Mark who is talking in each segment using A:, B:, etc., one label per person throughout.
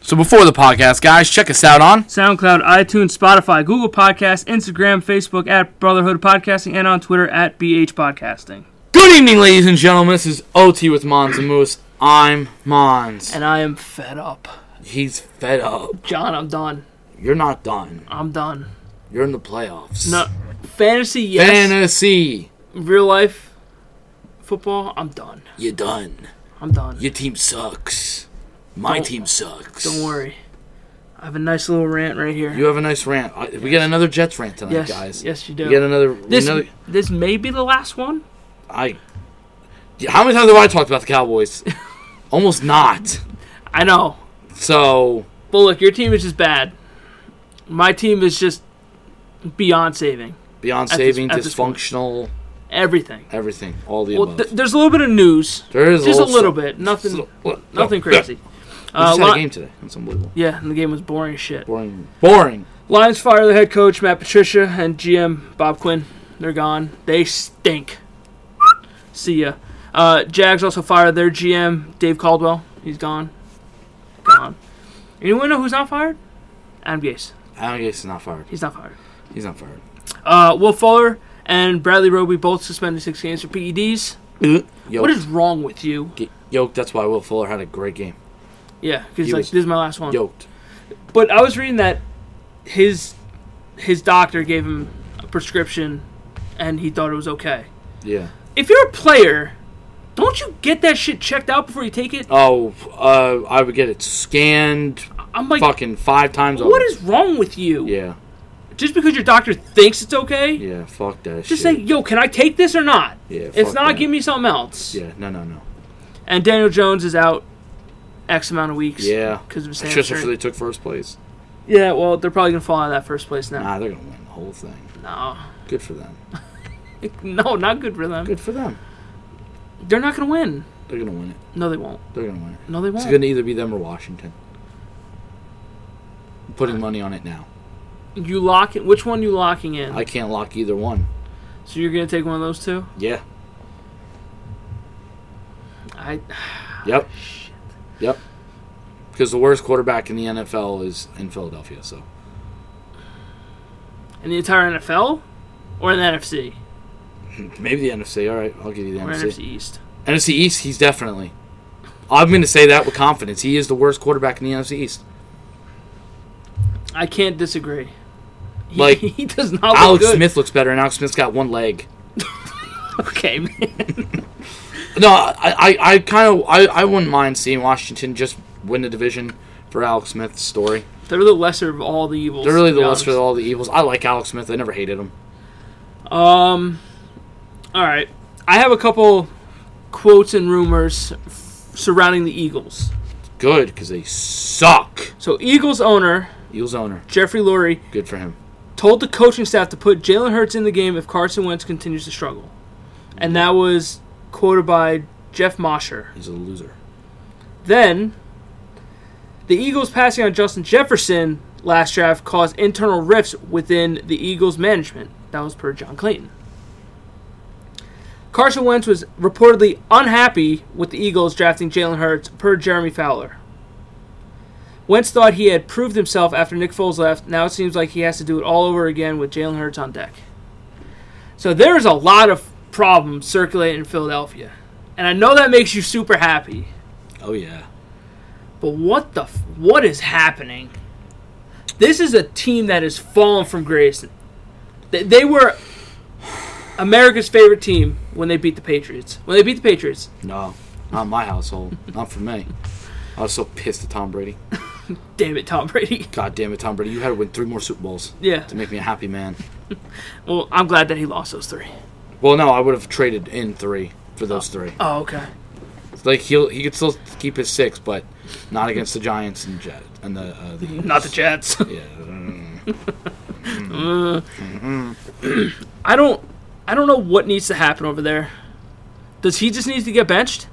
A: So before the podcast, guys, check us out on
B: SoundCloud, iTunes, Spotify, Google Podcasts, Instagram, Facebook at Brotherhood Podcasting, and on Twitter at BH Podcasting.
A: Good evening, ladies and gentlemen. This is OT with Mons and Moose. I'm Mons.
B: And I am fed up.
A: He's fed up.
B: John, I'm done.
A: You're not done.
B: I'm done.
A: You're in the playoffs.
B: No, fantasy, yes.
A: Fantasy.
B: Real life football, I'm done.
A: You're done.
B: I'm done.
A: Your team sucks. My
B: Don't-
A: team sucks.
B: Don't worry. I have a nice little rant right here.
A: You have a nice rant. I- We get another Jets rant tonight,
B: yes,
A: guys.
B: yes, you
A: We get
B: do.
A: another.
B: This
A: another
B: this may be the last one.
A: I. Yeah, How many times have I talked about the Cowboys? Almost not.
B: I know,
A: So
B: but look, your team is just bad. My team is just beyond saving
A: beyond
B: At this-
A: saving,
B: at this point.
A: dysfunctional,
B: everything.
A: everything, all the
B: Well,
A: above.
B: th- there's a little bit of news,
A: there is
B: just a little
A: some-
B: bit, nothing,
A: little- little-
B: nothing
A: yeah.
B: crazy.
A: We
B: Uh,
A: just had
B: Li-
A: a game today. It's unbelievable.
B: yeah, and the game was boring as shit.
A: Boring. Boring.
B: Lions fire the head coach Matt Patricia and GM Bob Quinn. They're gone. They stink. See ya. Uh, Jags also fired their GM Dave Caldwell. He's gone. Gone. Anyone know who's not fired? Adam Gase.
A: Adam Gase is not fired.
B: He's not fired.
A: He's not fired.
B: Uh, Will Fuller and Bradley Roby both suspended six games for PEDs.
A: Yo,
B: Uh, What is wrong with you?
A: Ge- yoked. That's why Will Fuller had a great game.
B: Yeah, because
A: He
B: like
A: was-
B: this is my last one.
A: Yoked.
B: But I was reading that his his doctor gave him a prescription, and he thought it was okay.
A: Yeah.
B: if you're a player, don't you get that shit checked out before you take it?
A: Oh, uh, I would get it scanned
B: I'm like,
A: fucking five times over.
B: what is wrong with you?
A: Yeah.
B: Just because your doctor thinks it's okay,
A: Yeah. Fuck that
B: just
A: shit.
B: say, yo, can I take this or not?
A: Yeah,
B: if
A: fuck
B: not,
A: that.
B: give me something else.
A: Yeah. No. No. No.
B: And Daniel Jones is out X amount of weeks.
A: Yeah.
B: Because of his
A: It's just
B: hamstring.
A: after they took first place.
B: yeah, well, they're probably going to fall out of that first place now.
A: Nah, they're gonna win the whole thing. Good for them.
B: No. No, not good for them.
A: Good for them.
B: They're not going to win.
A: They're gonna win it.
B: No, they won't.
A: They're gonna win it.
B: No, they
A: It's
B: won't.
A: gonna either be them or Washington. I'm putting money on it now.
B: You lock it. Which one you locking in?
A: I can't lock either one.
B: so you're going to take one of those two?
A: Yeah.
B: I.
A: Yep. Yep. Because the worst quarterback in the NFL is in Philadelphia. So
B: In the entire NFL? Or in the NFC?
A: maybe the NFC. All right, I'll give you the
B: Or
A: NFC.
B: NFC East?
A: NFC East. He's definitely. I'm going to say that with confidence. He is the worst quarterback in the NFC East.
B: I can't disagree. He,
A: Like,
B: he does not look
A: Alex
B: Oh, good.
A: Smith looks better, and Alex Smith's got one leg.
B: Okay, man.
A: No, I, I, I kind of, I, I wouldn't mind seeing Washington just win the division for Alex Smith's story.
B: They're the lesser of all the evils.
A: They're really
B: to
A: the
B: be
A: lesser of
B: honest.
A: all the evils. I like Alex Smith. I never hated him.
B: Um. All right, I have a couple quotes and rumors f- surrounding the Eagles.
A: Good because they suck.
B: So, Eagles owner
A: Eagles owner,
B: Jeffrey Lurie
A: good for him.
B: told the coaching staff to put Jalen Hurts in the game if Carson Wentz continues to struggle, and that was quoted by Jeff Mosher.
A: He's a loser.
B: Then, the Eagles passing on Justin Jefferson last draft caused internal rifts within the Eagles management. That was per John Clayton. Carson Wentz was reportedly unhappy with the Eagles drafting Jalen Hurts per Jeremy Fowler. Wentz thought he had proved himself after Nick Foles left. Now it seems like he has to do it all over again with Jalen Hurts on deck. So there's a lot of problems circulating in Philadelphia. And I know that makes you super happy.
A: Oh yeah.
B: But what the f- what is happening? This is a team that has fallen from grace. They, they were America's favorite team when they beat the Patriots. When they beat the Patriots,
A: No, not in my household. Not for me. I was so pissed at Tom Brady.
B: damn it, Tom Brady.
A: God damn it, Tom Brady! You had to win three more Super Bowls
B: Yeah.
A: to make me a happy man.
B: Well, I'm glad that he lost those three.
A: Well, no, I would have traded in three for those three.
B: Oh, okay.
A: Like he'll he could still keep his six, but not against the Giants and Jet and the uh, the Eagles.
B: Not the Jets.
A: yeah. mm.
B: I don't I don't know what needs to happen over there. Does he just need to get benched?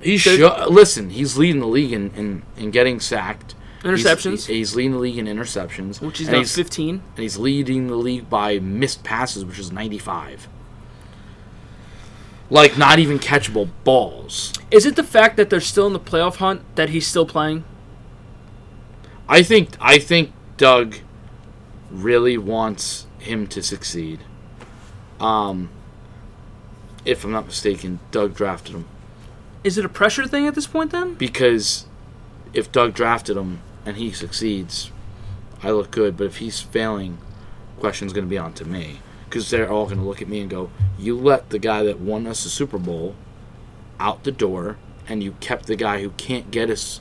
A: He should listen. He's leading the league in in, in getting sacked. He's-
B: Interceptions.
A: He's, leading the league in interceptions,
B: Which he's
A: and
B: done
A: he's, and
B: 15.
A: he's leading the league by missed passes, which is ninety five. like not even catchable balls.
B: Is it the fact that they're still in the playoff hunt that he's still playing?
A: I think I think Doug really wants him to succeed. Um, if I'm not mistaken, Doug drafted him
B: Is it a pressure thing at this point then?
A: because if Doug drafted him and he succeeds, I look good. But if he's failing, question's going to be on to me because they're all going to look at me and go, "You let the guy that won us the Super Bowl out the door, and you kept the guy who can't get us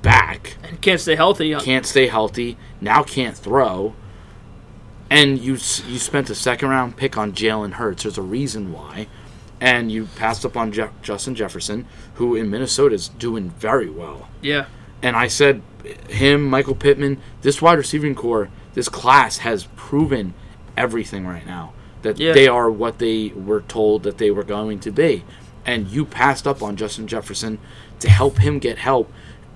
A: back."
B: And can't stay healthy. uh,
A: can't stay healthy, now can't throw, and you s- you spent a second round pick on Jalen Hurts. There's a reason why, and you passed up on Jeff Justin Jefferson, who in Minnesota is doing very well.
B: Yeah.
A: And I said, him, Michael Pittman, this wide receiving core, this class has proven everything right now that
B: Yeah.
A: they are what they were told that they were going to be. And you passed up on Justin Jefferson to help him get help.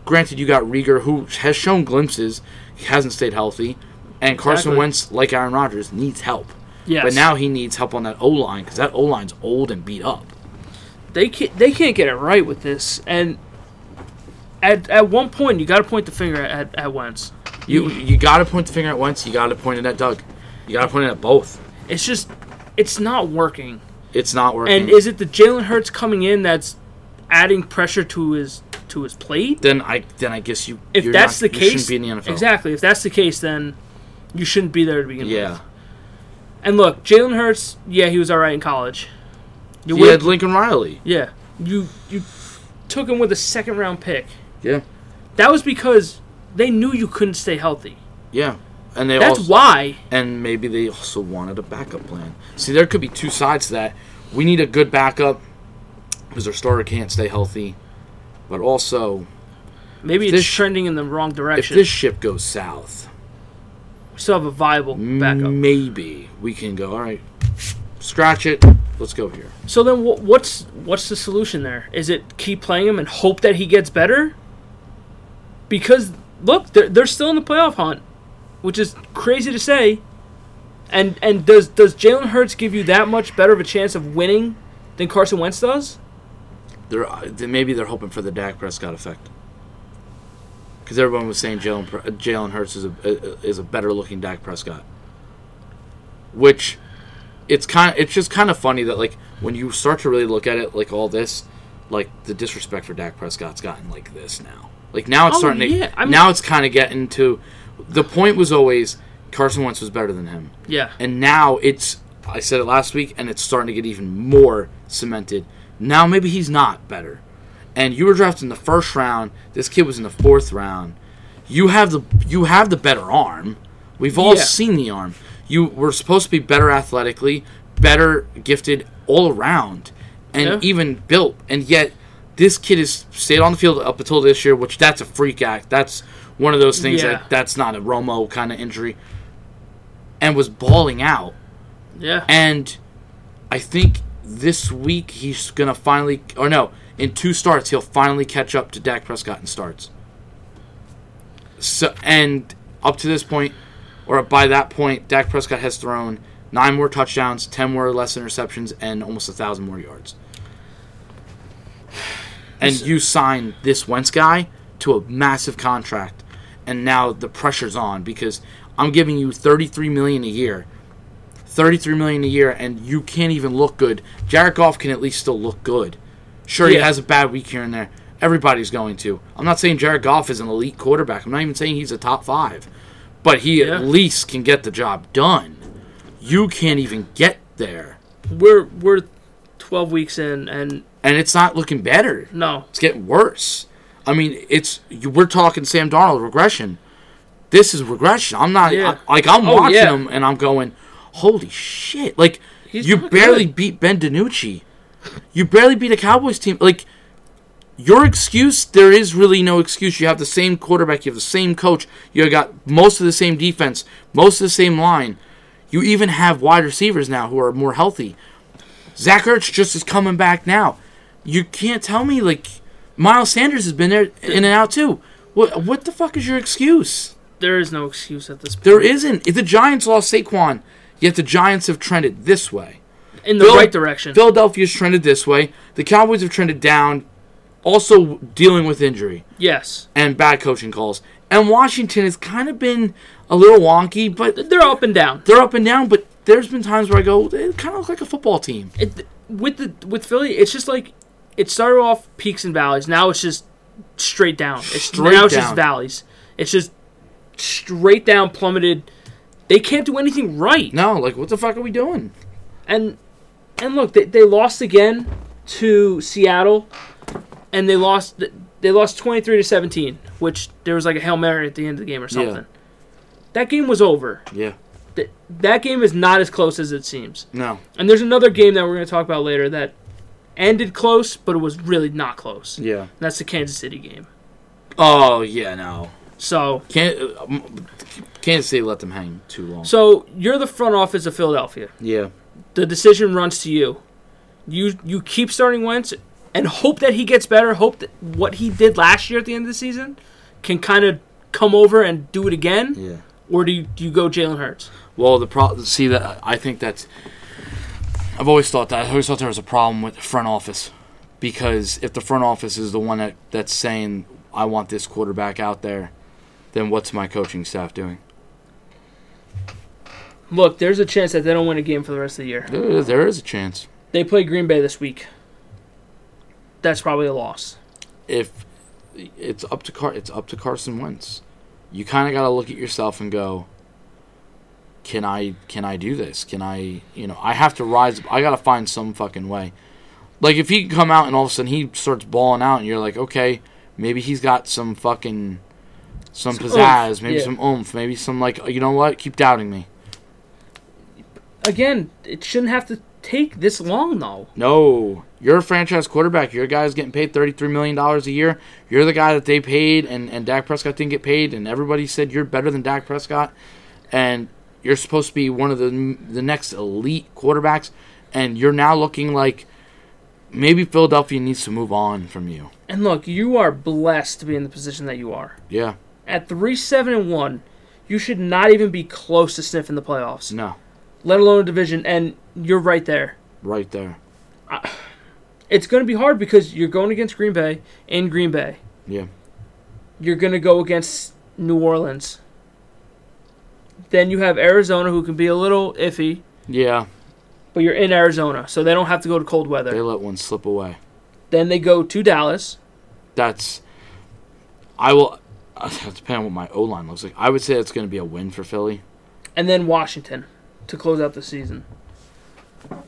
A: Granted, you got Rieger, who has shown glimpses, he hasn't stayed healthy, and Carson
B: Exactly.
A: Wentz, like Aaron Rodgers, needs help.
B: Yes.
A: But now he needs help on that O line because that O line's old and beat up.
B: they can't they can't get it right with this. And at at one point you got to point the finger at at Wentz.
A: You you got to point the finger at Wentz. You got to point it at Doug. You got to point it at both.
B: It's just it's not working.
A: It's not working.
B: And is it the Jalen Hurts coming in that's adding pressure to his to his plate?
A: then I then I guess you
B: If
A: you're
B: that's
A: not-
B: the
A: you
B: case,
A: shouldn't be in the NFL.
B: exactly. If that's the case, then you shouldn't be there to begin with.
A: Yeah,
B: And look, Jalen Hurts, yeah, he was all right in college. You
A: he
B: win-
A: had Lincoln Riley.
B: yeah, you you took him with a second round pick.
A: Yeah,
B: That was because they knew you couldn't stay healthy.
A: yeah, and they
B: That's
A: also,
B: why.
A: and maybe they also wanted a backup plan. See, there could be two sides to that. We need a good backup because our starter can't stay healthy, but also
B: Maybe
A: If
B: it's
A: this-
B: trending in the wrong
A: if
B: direction.
A: this ship goes south,
B: we still have a viable
A: Mm.
B: backup.
A: maybe we can go. All right, scratch it. Let's go here.
B: So then, wh- what's what's the solution there? Is it keep playing him and hope that he gets better? Because look, they're, they're still in the playoff hunt, which is crazy to say. And and does does Jalen Hurts give you that much better of a chance of winning than Carson Wentz does?
A: They're uh, they- maybe they're hoping for the Dak Prescott effect. Because everyone was saying Jalen Pre- Jalen Hurts is a is a better looking Dak Prescott, which it's kind it's just kind of funny that like when you start to really look at it like all this, like the disrespect for Dak Prescott's gotten like this now. Like now it's
B: Oh,
A: starting
B: yeah,
A: to
B: I mean-
A: now it's kind of getting to the point was always Carson Wentz was better than him.
B: Yeah,
A: And now it's I said it last week and it's starting to get even more cemented. Now maybe he's not better. And you were drafted in the first round, this kid was in the fourth round. You have the you have the better arm. We've all
B: Yeah.
A: seen the arm. You were supposed to be better athletically, better gifted all around, and
B: Yeah.
A: even built. And yet this kid has stayed on the field up until this year, which that's a freak act. That's one of those things
B: Yeah.
A: that that's not a Romo kind of injury. And was balling out.
B: yeah.
A: And I think this week he's going to finally, or no, in two starts, he'll finally catch up to Dak Prescott in starts. So, and up to this point, or by that point, Dak Prescott has thrown nine more touchdowns, 10 more or less interceptions, and almost a 1,000 more yards. And you sign this Wentz guy to a massive contract, and now the pressure's on because I'm giving you 33 million a year 33 million a year and you can't even look good. Jared Goff can at least still look good. Sure, he
B: Yeah.
A: has a bad week here and there. Everybody's going to. I'm not saying Jared Goff is an elite quarterback. I'm not even saying he's a top five, but he
B: Yeah.
A: at least can get the job done. You can't even get there,
B: we're we're twelve weeks in, and
A: and it's not looking better.
B: no,
A: It's getting worse. I mean, it's you, we're talking Sam Darnold regression. This is regression. I'm not
B: Yeah.
A: I- like I'm
B: Oh,
A: watching
B: yeah.
A: him and I'm going, holy shit! Like
B: He's
A: you
B: not
A: barely
B: good.
A: beat Ben DiNucci. You barely beat a Cowboys team. Like your excuse, there is really no excuse. You have the same quarterback. You have the same coach. You got most of the same defense. Most of the same line. You even have wide receivers now who are more healthy. Zach Ertz just is coming back now. You can't tell me like Miles Sanders has been there in and out too. What what the fuck is your excuse?
B: there is no excuse at this point.
A: There isn't. If the Giants lost Saquon, yet the Giants have trended this way.
B: in the
A: Phil-
B: right direction.
A: Philadelphia's trended this way. The Cowboys have trended down, also dealing with injury
B: yes,
A: and bad coaching calls. And Washington has kind of been a little wonky, but
B: they're up and down.
A: they're up and down. But there's been times where I go, they kind of look like a football team.
B: It, with the with Philly, it's just like it started off peaks and valleys. Now it's just straight down. It's
A: Straight
B: now it's just
A: down.
B: valleys. It's just straight down plummeted. They can't do anything right.
A: No, like what the fuck are we doing?
B: and and look, they, they lost again to Seattle, and they lost they lost twenty three to seventeen, which there was like a hail mary at the end of the game or
A: Yeah.
B: something. That game was over.
A: Yeah,
B: Th- that game is not as close as it seems.
A: no,
B: And there's another game that we're going to talk about later that ended close, but it was really not close. And
A: yeah.
B: that's the Kansas City game.
A: Oh yeah, no.
B: So
A: Can't uh, um, Kansas City let them hang too long.
B: so you're the front office of Philadelphia.
A: yeah,
B: the decision runs to you. You you keep starting Wentz and hope that he gets better. Hope that what he did last year at the end of the season can kind of come over and do it again,
A: yeah.
B: or do you, do you go Jalen Hurts?
A: Well, the pro- see that I think that's. I've always thought that. I always thought there was a problem with the front office, because if the front office is the one that, that's saying I want this quarterback out there, then what's my coaching staff doing?
B: Look, there's a chance that they don't win a game for the rest of the year.
A: There, there is a chance
B: They play Green Bay this week. That's probably a loss.
A: if it's up to Car- it's up to Carson Wentz. You kind of got to look at yourself and go, can I can I do this? Can I you know I have to rise. I got to find some fucking way. Like if he can come out and all of a sudden he starts balling out and you're like, okay, maybe he's got some fucking some pizzazz,
B: oomph,
A: maybe
B: yeah.
A: some oomph, maybe some like you know what? Keep doubting me.
B: Again, it shouldn't have to take this long though.
A: No, you're a franchise quarterback. Your guy's getting paid thirty-three million dollars a year. You're the guy that they paid, and and Dak Prescott didn't get paid, and everybody said you're better than Dak Prescott, and you're supposed to be one of the the next elite quarterbacks, and you're now looking like maybe Philadelphia needs to move on from you.
B: And look, you are blessed to be in the position that you are.
A: Yeah,
B: At three seven and one, you should not even be close to sniffing the playoffs.
A: no,
B: let alone a division, and you're right there.
A: right there.
B: It's going to be hard because you're going against Green Bay in Green Bay.
A: Yeah,
B: You're going to go against New Orleans. Then you have Arizona, who can be a little iffy,
A: yeah,
B: but you're in Arizona, so they don't have to go to cold weather.
A: they let one slip away.
B: then they go to Dallas.
A: That's I will. Depending on what my O line looks like, I would say it's going to be a win for Philly.
B: and then Washington to close out the season.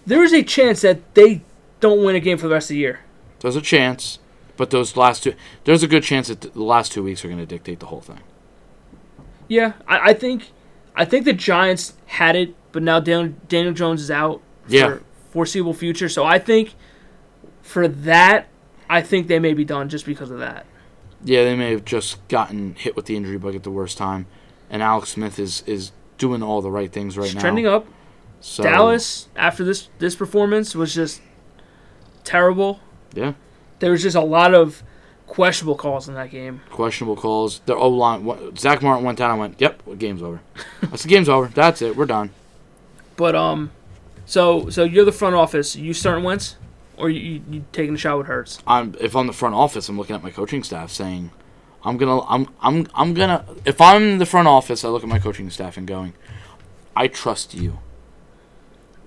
B: There is a chance that they don't win a game for the rest of the year.
A: There's a chance, but those last two, there's a good chance that th- the last two weeks are going to dictate the whole thing.
B: Yeah, I, I think, I think the Giants had it, but now Daniel, Daniel Jones is out for
A: Yeah.
B: foreseeable future. So I think for that, I think they may be done just because of that.
A: Yeah, they may have just gotten hit with the injury bug at the worst time, and Alex Smith is is doing all the right things right
B: It's
A: now.
B: trending up.
A: So,
B: Dallas after this this performance was just terrible.
A: Yeah,
B: There was just a lot of questionable calls in that game.
A: questionable calls. Their O line. wha- Zach Martin went down. I went, yep, well, game's over. I said, game's over. That's it. We're done.
B: But um, so so you're the front office. You starting Wentz, or you, you, you taking a shot with Hurts?
A: I'm if I'm the front office, I'm looking at my coaching staff saying, I'm gonna I'm I'm I'm gonna if I'm the front office, I look at my coaching staff and going, I trust you.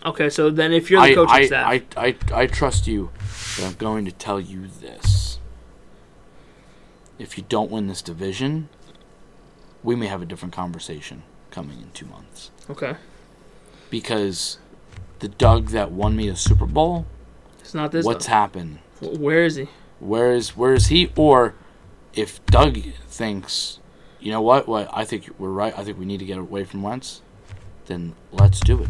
B: Okay, so then if you're the
A: I,
B: coaching
A: I,
B: staff,
A: I, I, I trust you, but I'm going to tell you this. If you don't win this division, we may have a different conversation coming in two months.
B: okay,
A: Because the Doug that won me a Super Bowl,
B: it's not this.
A: what's
B: What's
A: happened?
B: where is he?
A: Where is where is he? Or if Doug thinks, you know what, what I think we're right, I think we need to get away from Wentz, then let's do it.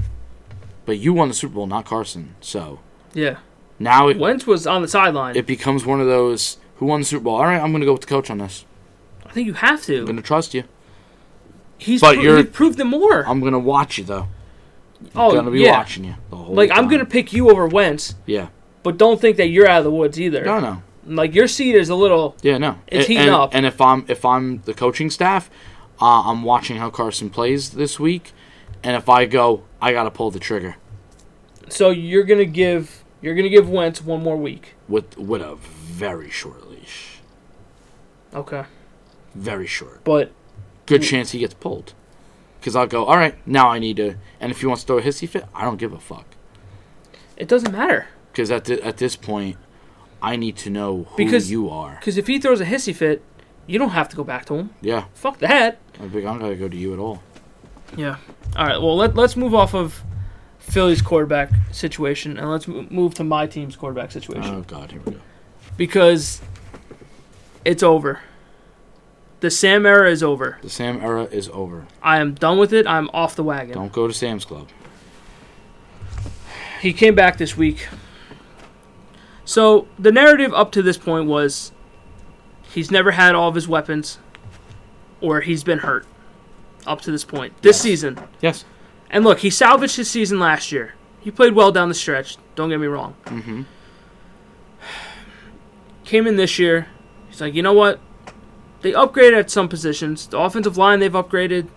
A: But you won the Super Bowl, not Carson, so
B: Yeah,
A: now it,
B: Wentz was on the sideline.
A: it becomes one of those who won the Super Bowl. All right, I'm going to go with the coach on this.
B: I think you have
A: I'm going to
B: to.
A: trust you.
B: He's
A: but
B: pro-
A: you're-
B: he proved them more.
A: I'm going to watch you though.
B: oh
A: going to be
B: yeah,
A: watching you the whole
B: like I'm
A: time.
B: gonna pick you over Wentz,
A: Yeah.
B: but don't think that you're out of the woods either.
A: No, no.
B: Like your seat is a little.
A: Yeah, no.
B: It's
A: A-
B: heating
A: and,
B: up.
A: And if I'm if I'm the coaching staff, uh, I'm watching how Carson plays this week, and if I go, I got to pull the trigger.
B: So you're gonna give you're gonna give Wentz one more week.
A: with with a very short leash.
B: Okay.
A: Very short.
B: But
A: Good
B: Mm.
A: chance he gets pulled. Because I'll go, all right, now I need to. And if he wants to throw a hissy fit, I don't give a fuck.
B: it doesn't matter
A: Because at, thi- at this point, I need to know who
B: Because-
A: you are.
B: because if he throws a hissy fit, you don't have to go back to him.
A: Yeah,
B: Fuck that.
A: I'm big- I don't gotta go to you at all.
B: Yeah. All right. Well, let, let's move off of Philly's quarterback situation and let's mo- move to my team's quarterback situation
A: Oh god, here we go.
B: because it's over. The Sam era is over.
A: The Sam era is over.
B: I am done with it. I'm off the wagon.
A: Don't go to Sam's Club.
B: He came back this week. So the narrative up to this point was he's never had all of his weapons or he's been hurt up to this point. This
A: Yes.
B: season.
A: Yes.
B: And look, he salvaged his season last year. He played well down the stretch. Don't get me wrong. Mm-hmm. Came in this year. He's like, you know what? They upgraded at some positions. The offensive line they've upgraded.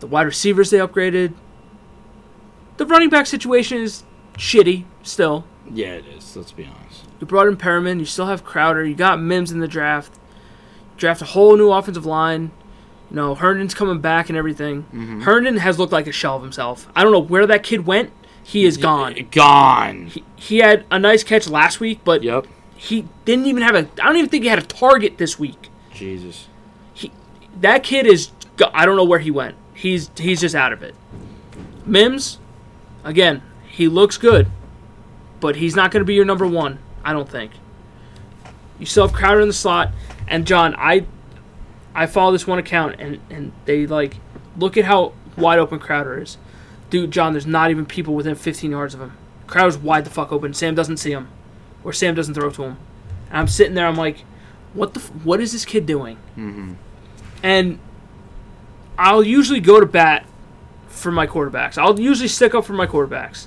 B: The wide receivers they upgraded. The running back situation is shitty still.
A: Yeah, it is. Let's be honest.
B: You brought in Perriman. You still have Crowder. You got Mims in the draft. Draft a whole new offensive line. You know, Herndon's coming back and everything. Herndon has looked like a shell of himself. I don't know where that kid went. He is gone.
A: Eh, Gone.
B: He had a nice catch last week, but
A: Yep.
B: he didn't even have a. I don't even think he had a target this week.
A: Jesus.
B: That kid is. go- I don't know where he went. He's he's just out of it. Mims, again, he looks good, but he's not going to be your number one. I don't think. You still have Crowder in the slot, and John, I, I follow this one account, and and they like look at how wide open Crowder is. Dude, John, there's not even people within 15 yards of him. Crowder's wide the fuck open. Sam doesn't see him, or Sam doesn't throw to him. And I'm sitting there, I'm like, what the, f- what is this kid doing? and I'll usually go to bat for my quarterbacks. I'll usually stick up for my quarterbacks.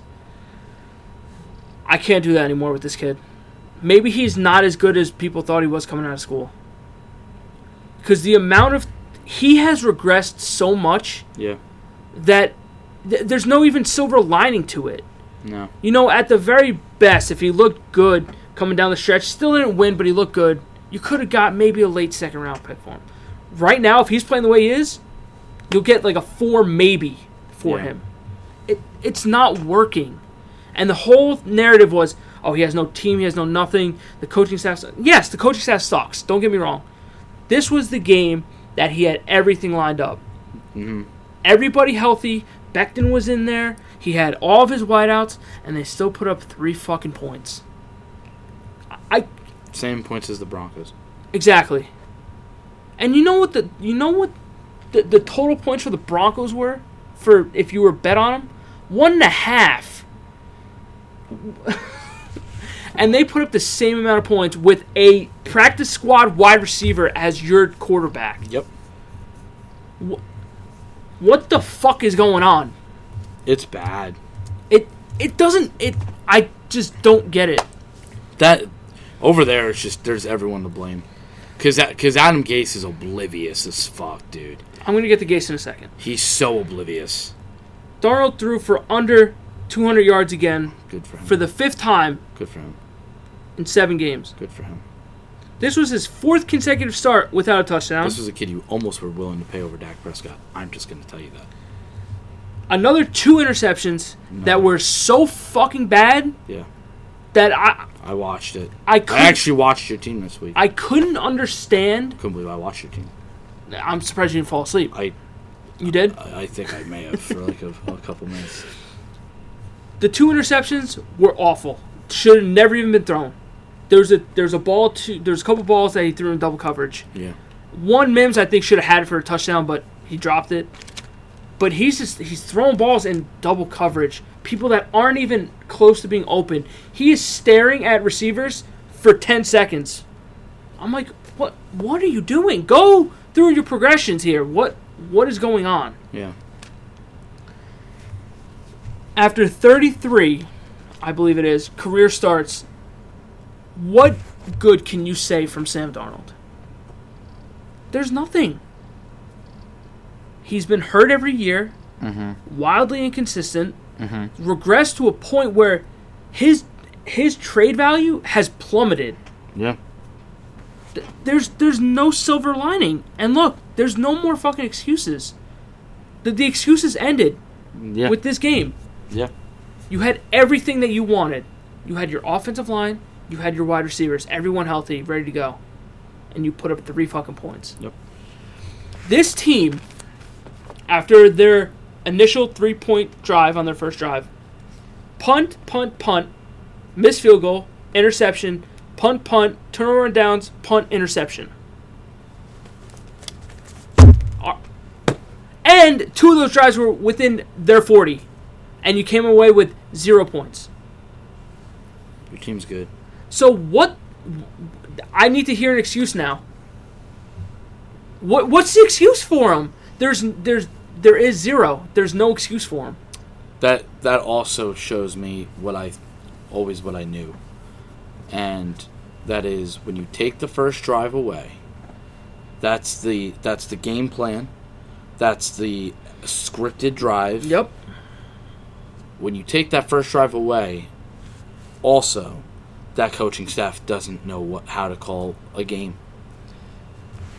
B: I can't do that anymore with this kid. Maybe he's not as good as people thought he was coming out of school. Because the amount of. He has regressed so much
A: Yeah.
B: that th- there's no even silver lining to it.
A: No.
B: You know, at the very best, if he looked good coming down the stretch, still didn't win, but he looked good, you could have got maybe a late second round pick for him. Right now, if he's playing the way he is, you'll get like a four maybe for
A: Yeah.
B: him. It, it's not working. And the whole narrative was, oh, he has no team, he has no nothing. The coaching staff, su- yes, the coaching staff sucks. Don't get me wrong. This was the game that he had everything lined up. Everybody healthy. Becton was in there. He had all of his wideouts, and they still put up three fucking points. I
A: Same points as the Broncos.
B: exactly. And you know what the you know what the, the total points for the Broncos were for if you were bet on them one and a half. and they put up the same amount of points with a practice squad wide receiver as your quarterback.
A: Yep.
B: What the fuck is going on?
A: It's bad.
B: It it doesn't it I just don't get it.
A: That over there, it's just there's everyone to blame. Cause that, cause Adam Gase is oblivious as fuck, dude.
B: I'm gonna get the Gase in a second.
A: He's so oblivious.
B: Darnold threw for under 200 yards again
A: Good for him.
B: for the fifth time
A: Good for him.
B: in seven games.
A: Good for him.
B: This was his fourth consecutive start without a touchdown.
A: This was a kid you almost were willing to pay over Dak Prescott. I'm just gonna tell you that.
B: Another two interceptions that were so fucking bad
A: Yeah,
B: that I
A: I watched it.
B: I
A: I
B: couldn't
A: actually watched your team this week. I
B: I couldn't understand.
A: couldn't believe I watched your team.
B: I'm surprised you didn't fall asleep.
A: I
B: You did.
A: I I think I may have for like a, a couple minutes.
B: The two interceptions were awful. Should have never even been thrown. There's a there's a ball to there's a couple balls that he threw in double coverage.
A: Yeah,
B: One Mims I think should have had it for a touchdown, but he dropped it. But he's just he's throwing balls in double coverage. People that aren't even close to being open. He is staring at receivers for ten seconds. I'm like, what what are you doing? Go through your progressions here. What what is going on?
A: yeah.
B: after 33, I believe it is, career starts, what good can you say from Sam Darnold? There's nothing. He's been hurt every year, wildly inconsistent. regressed to a point where his his trade value has plummeted.
A: Yeah.
B: There's there's no silver lining. And look, there's no more fucking excuses. The, the excuses ended
A: Yeah.
B: with this game.
A: yeah.
B: You had everything that you wanted. You had your offensive line, you had your wide receivers, everyone healthy, ready to go. And you put up three fucking points.
A: Yep.
B: This team, after their initial three point drive on their first drive, punt, punt, punt, miss field goal, interception, punt, punt, turnover and downs, punt, interception. Ar- And two of those drives were within their 40 and you came away with zero points.
A: Your team's good.
B: So what? I need to hear an excuse now. What what's the excuse for him? There's there's there is zero. There's no excuse for him.
A: That that also shows me what I always what I knew. And that is when you take the first drive away, that's the that's the game plan. That's the scripted drive.
B: Yep.
A: When you take that first drive away, also that coaching staff doesn't know what how to call a game.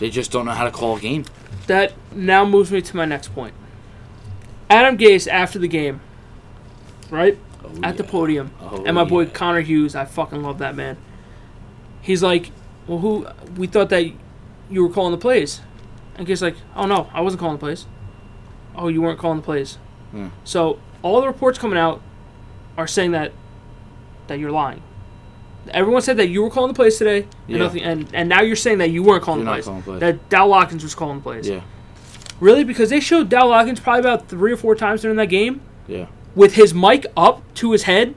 A: They just don't know how to call a game.
B: That now moves me to my next point. Adam Gase after the game, right
A: Oh,
B: at the
A: yeah.
B: podium,
A: Oh,
B: and my boy
A: yeah.
B: Connor Hughes. I fucking love that man. He's like, "Well, who? We thought that you were calling the plays." And Gase's like, "Oh no, I wasn't calling the plays." Oh, you weren't calling the plays.
A: Hmm.
B: So all the reports coming out are saying that that you're lying. Everyone said that you were calling the plays today, and
A: Yeah.
B: nothing, and, and now you're saying that you weren't calling
A: You're
B: the
A: not
B: plays.
A: calling plays.
B: That Dow Lockins was calling the plays.
A: Yeah,
B: Really? Because they showed Dow Loggins probably about three or four times during that game
A: yeah,
B: with his mic up to his head,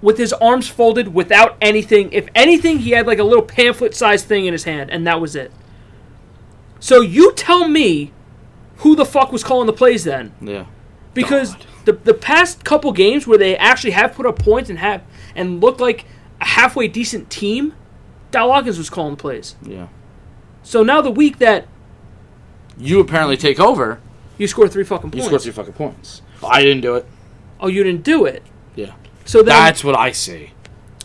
B: with his arms folded, without anything. If anything, he had like a little pamphlet sized thing in his hand, and that was it. So you tell me who the fuck was calling the plays then?
A: yeah.
B: Because
A: God.
B: the, the past couple games where they actually have put up points and have and looked like a halfway decent team, Dow Loggins was calling the plays.
A: Yeah.
B: So now the week that
A: You apparently take over.
B: you score three fucking
A: You
B: points,
A: score three fucking points. I didn't do it.
B: oh you didn't do it.
A: Yeah.
B: So then,
A: That's what I see.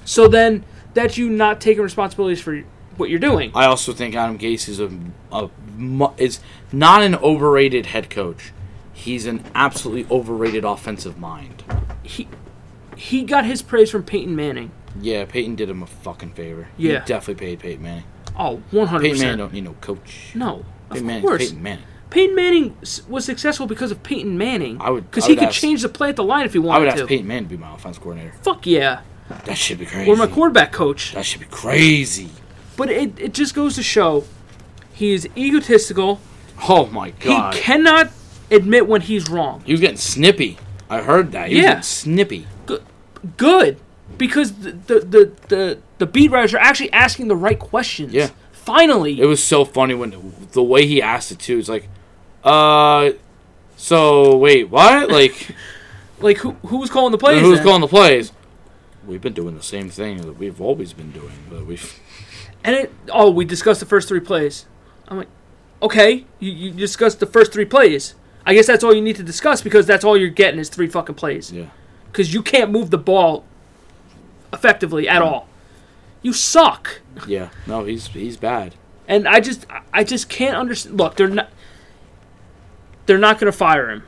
B: so then that's you not taking responsibilities for what you're doing.
A: I also think Adam Gase is a, a mu- is not an overrated head coach. He's an absolutely overrated offensive mind.
B: He he got his praise from Peyton Manning.
A: Yeah, Peyton did him a fucking favor.
B: Yeah.
A: he definitely paid Peyton Manning.
B: Oh, 100
A: Peyton Manning
B: percent.
A: don't need no coach.
B: No, of
A: Peyton Manning,
B: course.
A: Peyton
B: Peyton.
A: Manning.
B: Manning s- was successful because of Peyton Manning.
A: I would-
B: because
A: I
B: he
A: would
B: could
A: ask-
B: change the play at the line if he wanted
A: I would
B: to.
A: ask Peyton Manning to be my offense coordinator.
B: Fuck yeah,
A: That should be crazy.
B: or my quarterback coach.
A: that should be crazy.
B: But it, it just goes to show he is egotistical.
A: Oh my god.
B: He cannot admit when he's wrong.
A: He was getting snippy. I heard that. He was
B: Yeah.
A: getting snippy.
B: good because the the the, the, the beat writers are actually asking the right questions.
A: Yeah.
B: Finally.
A: It was so funny when the way he asked it too. It's like, uh, so wait, what? Like,
B: like who who was calling the plays?
A: who's
B: then?
A: calling the plays? We've been doing the same thing that we've always been doing, but we've
B: And it oh, we discussed the first three plays. I'm like, okay, you, you discussed the first three plays. I guess that's all you need to discuss because that's all you're getting is three fucking plays.
A: yeah,
B: Because you can't move the ball effectively at all. You suck.
A: yeah. No, he's he's bad.
B: And I just I- I just can't understand. Look, they're not they're not going to fire him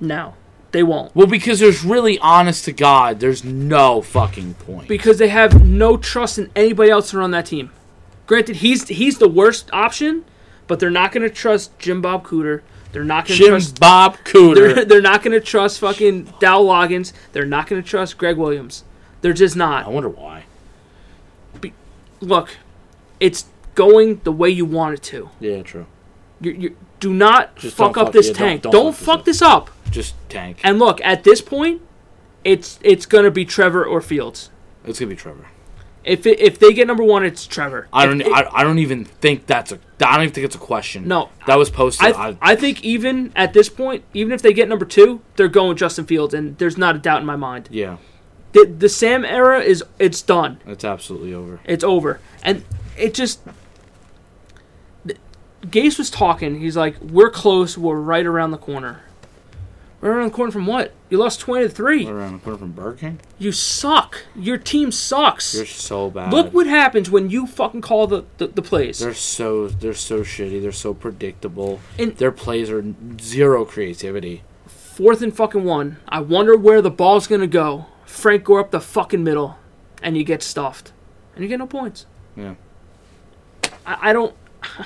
B: now. They won't.
A: Well, because there's really, honest to God, there's no fucking point.
B: because they have no trust in anybody else around that team. Granted, he's he's the worst option, but they're not going to trust Jim Bob Cooter. They're not going to
A: Jim
B: trust.
A: Bob
B: They're,
A: Cooter.
B: they're not going to trust fucking Dow Loggins. They're not going to trust Greg Williams. They're just
A: I
B: not.
A: wonder why.
B: Look, it's going the way you want it to.
A: Yeah, true.
B: You you do not
A: Just
B: fuck
A: don't
B: up
A: fuck-
B: this
A: yeah, don't-
B: tank.
A: don't
B: Don't,
A: fuck this
B: fuck
A: up.
B: this up.
A: Just tank.
B: And look, at this point, it's it's going to be Trevor or Fields.
A: It's gonna be Trevor.
B: If it, if they get number one, it's Trevor.
A: I
B: If
A: don't.
B: it-
A: I, I don't even think that's a. I don't even think it's a question.
B: No.
A: that was posted.
B: I, I think even at this point, even if they get number two, they're going Justin Fields, and there's not a doubt in my mind.
A: yeah,
B: The, the Sam era is it's done,
A: it's absolutely over.
B: it's over, and it just. Gase was talking. He's like, "We're close. We're right around the corner." Right around the corner from what? You lost twenty to three.
A: Around the corner from Burger King?
B: You suck. Your team sucks.
A: They're so bad.
B: Look what happens when you fucking call the, the, the plays.
A: They're so they're so shitty. They're so predictable.
B: And-
A: Their plays are zero creativity.
B: Fourth and fucking one. I wonder where the ball's gonna go. Frank Gore up the fucking middle, and you get stuffed, and you get no points.
A: Yeah.
B: I, I don't,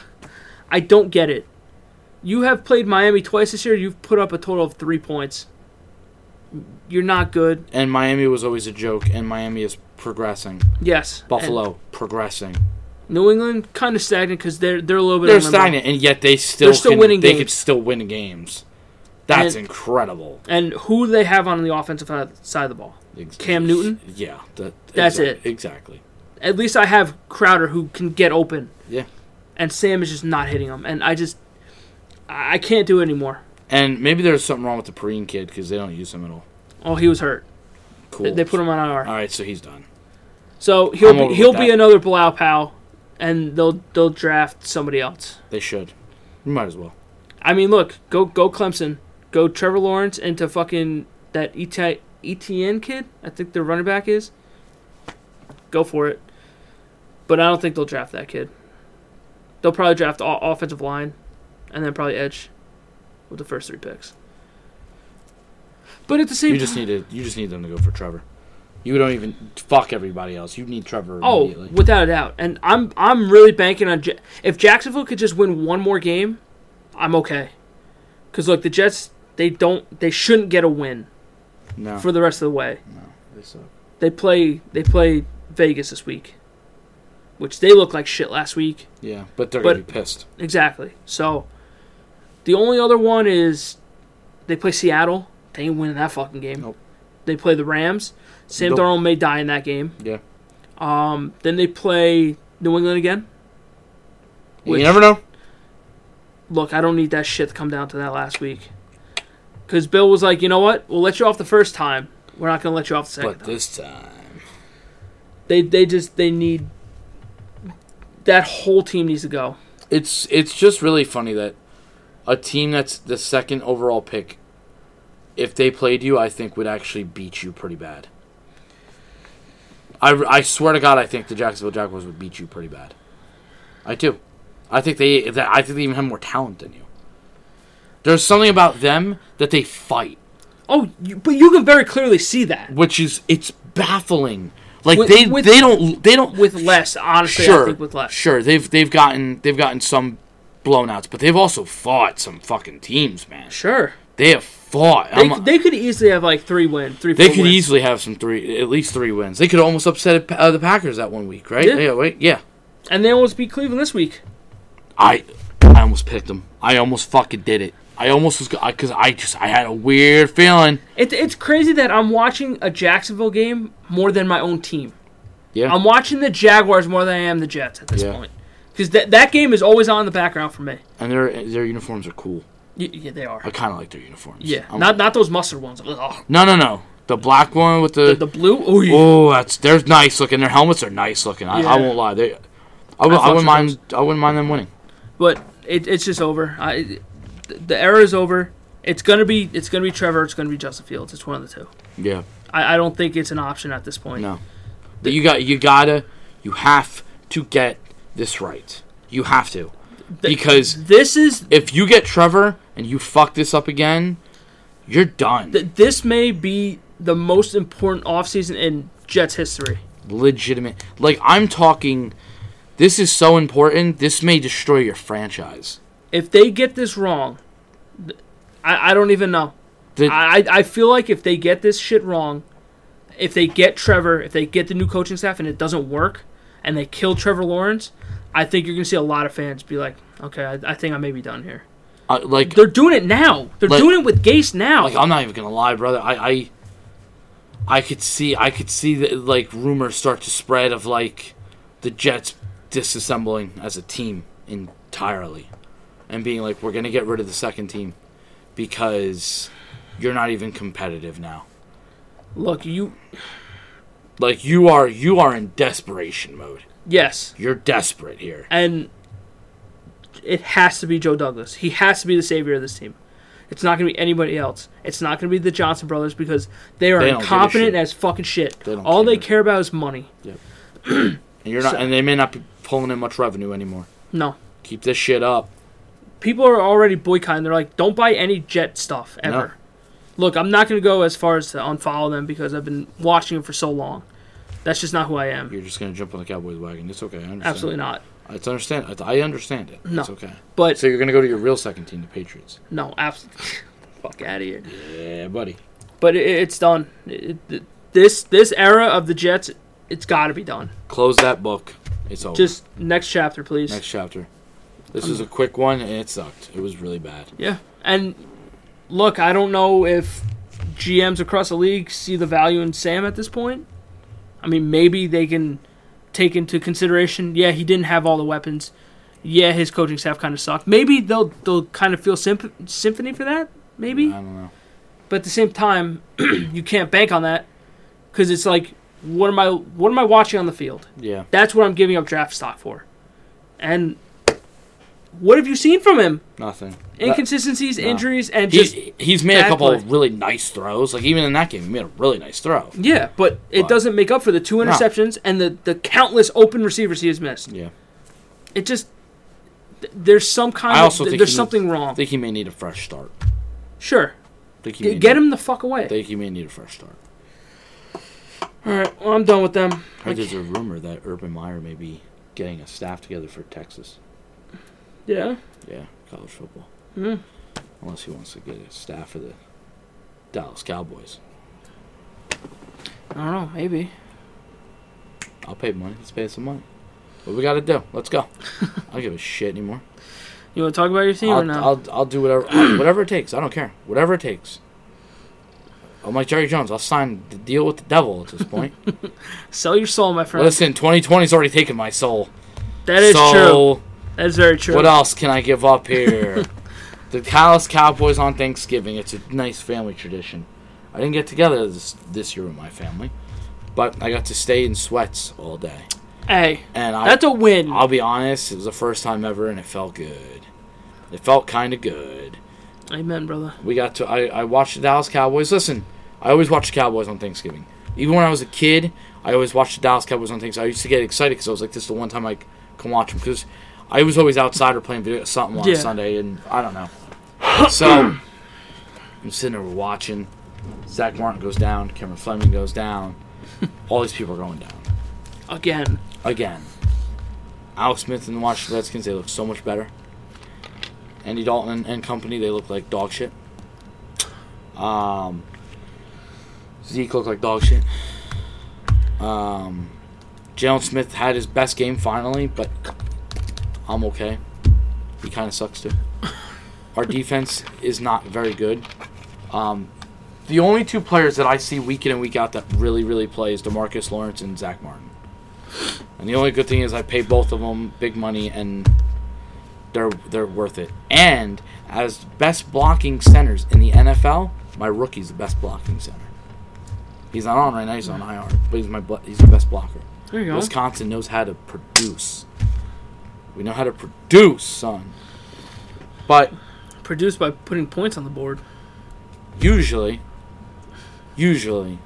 B: I don't get it. You have played Miami twice this year. You've put up a total of three points. You're not good.
A: And Miami was always a joke, and Miami is progressing.
B: Yes, And
A: Buffalo progressing.
B: New England kind of stagnant because they're they're a little bit.
A: They're
B: on the-
A: stagnant, and yet they still
B: They're still
A: can-
B: winning
A: They
B: games.
A: could still win games. That's
B: And-
A: incredible.
B: And who do they have on the offensive side of the ball?
A: Ex-
B: Cam Newton?
A: Yeah, that-
B: That's it.
A: Exactly.
B: At least I have Crowder who can get open.
A: Yeah.
B: and Sam is just not hitting him. And I just, I I can't do it anymore.
A: And maybe there's something wrong with the Perrine kid because they don't use him at all.
B: Oh, he was hurt.
A: Cool.
B: They, they put him on IR.
A: All right, so he's done.
B: So
A: I'm
B: he'll
A: over
B: be,
A: with
B: he'll be
A: that.
B: another Blau pal, and they'll they'll draft somebody else.
A: They should. You might as well.
B: I mean, look, go go Clemson, go Trevor Lawrence into fucking that E ET, ETN kid. I think their running back is. Go for it, but I don't think they'll draft that kid. They'll probably draft o- offensive line, and then probably edge, with the first three picks. But at the same
A: You just need to. You just need them to go for Trevor. You don't even fuck everybody else. You need Trevor
B: Oh,
A: immediately.
B: without a doubt. And I'm I'm really banking on Ja- if Jacksonville could just win one more game, I'm okay. Cuz look, the Jets they don't they shouldn't get a win
A: no,
B: for the rest of the way.
A: they suck.
B: They play they play Vegas this week, which they look like shit last week.
A: Yeah, but they're gonna
B: But-
A: be pissed.
B: Exactly. So the only other one is they play Seattle. They ain't winning that fucking game.
A: Nope.
B: They play the Rams. Sam
A: Nope.
B: Darnold may die in that game.
A: Yeah,
B: Um, then they play New England again. Which-
A: you never know.
B: look, I don't need that shit to come down to that last week. Because Bill was like, you know what? We'll let you off the first time. We're not going to let you off the second
A: But
B: time.
A: this time,
B: they, they just, they need, that whole team needs to go.
A: it's it's just really funny that a team that's the second overall pick, if they played you, I think would actually beat you pretty bad. I, I swear to God, I think the Jacksonville Jaguars would beat you pretty bad. I do. I think they that I think they even have more talent than you. There's something about them that they fight.
B: Oh, you, but you can very clearly see that.
A: which is it's baffling. Like
B: With-
A: they
B: with-
A: they don't they don't
B: With less, honestly, I
A: sure
B: think with less.
A: sure they've they've gotten they've gotten some blownouts, but they've also fought some fucking teams, man.
B: Sure.
A: They have fought.
B: They,
A: I'm-
B: they could easily have like three win, three,
A: they
B: four
A: could
B: wins.
A: easily have some three at least three wins. They could almost upset uh, the Packers that one week, right?
B: Yeah.
A: Yeah, wait, yeah.
B: And they almost beat Cleveland this week.
A: I I almost picked them. I almost fucking did it. I almost was because I just I had a weird feeling.
B: It, it's crazy that I'm watching a Jacksonville game more than my own team.
A: Yeah,
B: I'm watching the Jaguars more than I am the Jets at this
A: Yeah.
B: point. Because that that game is always on in the background for me.
A: and their their uniforms are cool.
B: Y- yeah, they are.
A: I kind of like their uniforms.
B: Yeah,
A: I'm-
B: not not those mustard ones. Ugh.
A: no no no the black one with
B: The, the blue. Oh,
A: Oh, that's they're nice looking. Their helmets are nice looking. I,
B: Yeah.
A: I won't lie. They, I, would, I,
B: thought
A: wouldn't
B: so,
A: mind. I wouldn't mind them winning.
B: but it, it's just over. I, the, the era is over. It's gonna be it's gonna be Trevor. It's gonna be Justin Fields. It's one of the two.
A: Yeah.
B: I, I don't think it's an option at this point.
A: No. But you got. You gotta. You have to get this right. You have to.
B: Th-
A: because
B: this is
A: if you get Trevor and you fuck this up again, you're done.
B: th- this may be the most important offseason in Jets history.
A: Legitimate. Like I'm talking. This is so important. This may destroy your franchise.
B: If they get this wrong, th- I, I don't even know.
A: The-
B: I, I- I feel like if they get this shit wrong, if they get Trevor, if they get the new coaching staff and it doesn't work, and they kill Trevor Lawrence, I think you're gonna see a lot of fans be like, okay, I, I think I may be done here.
A: uh, like
B: They're doing it now. They're
A: Like-
B: doing it with Gase now.
A: like I'm not even gonna lie, brother. I I, I could see I could see that like rumors start to spread of like the Jets disassembling as a team entirely, and being like we're gonna get rid of the second team because you're not even competitive now.
B: Look, you.
A: Like you are you are in desperation mode.
B: Yes,
A: You're desperate here.
B: and it has to be Joe Douglas. He has to be the savior of this team. It's not going to be anybody else. It's not going to be the Johnson brothers because they are
A: They don't give a shit.
B: incompetent as fucking shit.
A: They don't
B: All they
A: care.
B: care about is money.
A: And you're not,
B: So-
A: and they may not be pulling in much revenue anymore.
B: No.
A: Keep this shit up.
B: people are already boycotting. They're like, don't buy any Jet stuff ever.
A: No.
B: Look, I'm not going to go as far as to unfollow them because I've been watching them for so long. That's just not who I am.
A: You're just gonna jump on the Cowboys wagon. It's okay. I understand.
B: Absolutely not.
A: It's understand. I understand it.
B: No.
A: It's okay.
B: But
A: So you're gonna go to your real second team, the Patriots.
B: no, absolutely. Fuck out of here.
A: Yeah, buddy.
B: But it, it's done. It, it, this this era of the Jets, it's got to be done.
A: Close that book. It's over.
B: Just next chapter, please.
A: next chapter. This was a quick one, and it sucked. It was really bad.
B: Yeah. And look, I don't know if GMs across the league see the value in Sam at this point. I mean, maybe they can take into consideration, yeah, he didn't have all the weapons. Yeah, his coaching staff kind of sucked. Maybe they'll they'll kind of feel symp- symphony for that,
A: I
B: maybe.
A: don't know.
B: But at the same time, you can't bank on that cuz it's like what am I what am I watching on the field?
A: Yeah.
B: That's what I'm giving up draft stock for. And what have you seen from him?
A: Nothing.
B: Inconsistencies,
A: no.
B: injuries, and
A: He's,
B: just
A: he's made a
B: bad
A: couple
B: play.
A: of really nice throws. Like even in that game, he made a really nice throw.
B: Yeah, but it
A: But-
B: doesn't make up for the two interceptions and the, the countless open receivers he has missed.
A: Yeah.
B: It just th- there's some kind
A: I
B: of
A: also
B: th-
A: think
B: there's
A: he
B: something
A: I
B: wrong.
A: think he may need a fresh start.
B: sure,
A: Think he
B: G-
A: may
B: get
A: need-
B: him the fuck away.
A: Think he may need a fresh start.
B: All right, well I'm done with them.
A: I heard
B: Like,
A: there's a rumor that Urban Meyer may be getting a staff together for Texas.
B: yeah,
A: Yeah, college football.
B: Hmm.
A: Unless he wants to get a staff for the Dallas Cowboys.
B: I don't know, maybe.
A: I'll pay money. Let's pay some money. What we got to do? Let's go. I don't give a shit anymore.
B: You want to talk about your team or
A: I'll,
B: no?
A: I'll, I'll do whatever I'll- whatever it takes. I don't care. Whatever it takes. I'm like Jerry Jones. I'll sign the deal with the devil at this point.
B: Sell your soul, my friend.
A: Listen, 2020's already taken my soul.
B: that is true.
A: so
B: That is very true.
A: what else can I give up here? the Dallas Cowboys on Thanksgiving. It's a nice family tradition. I didn't get together this, this year with my family, but I got to stay in sweats all day.
B: Hey,
A: And I,
B: that's a win.
A: I'll be honest, it was the first time ever, and it felt good. It felt kind of good.
B: Amen, brother.
A: We got to. I, I watched the Dallas Cowboys. Listen, I always watched the Cowboys on Thanksgiving. Even when I was a kid, I always watched the Dallas Cowboys on Thanksgiving. I used to get excited because I was like, "This is the one time I c- can watch them." Because I was always outside or playing video something on
B: Yeah.
A: Sunday, and I don't know. So I'm sitting there watching. Zach Martin goes down. Cameron Fleming goes down. All these people are going down
B: Again,
A: again. Alex Smith and the Washington Redskins, they look so much better. Andy Dalton and company, they look like dog shit. Um, Zeke looked like dog shit. Um, Jalen Smith had his best game finally, but I'm okay. He kind of sucks too. Our defense is not very good. Um, the only two players that I see week in and week out that really, really play is Demarcus Lawrence and Zach Martin. And the only good thing is I pay both of them big money, and they're they're worth it. And as best blocking centers in the NFL, my rookie's the best blocking center. He's not on right now. He's on IR, but he's my blo- he's the best blocker.
B: there you go.
A: Wisconsin knows how to produce. We know how to produce, son. But
B: Produced by putting points on the board.
A: usually, usually,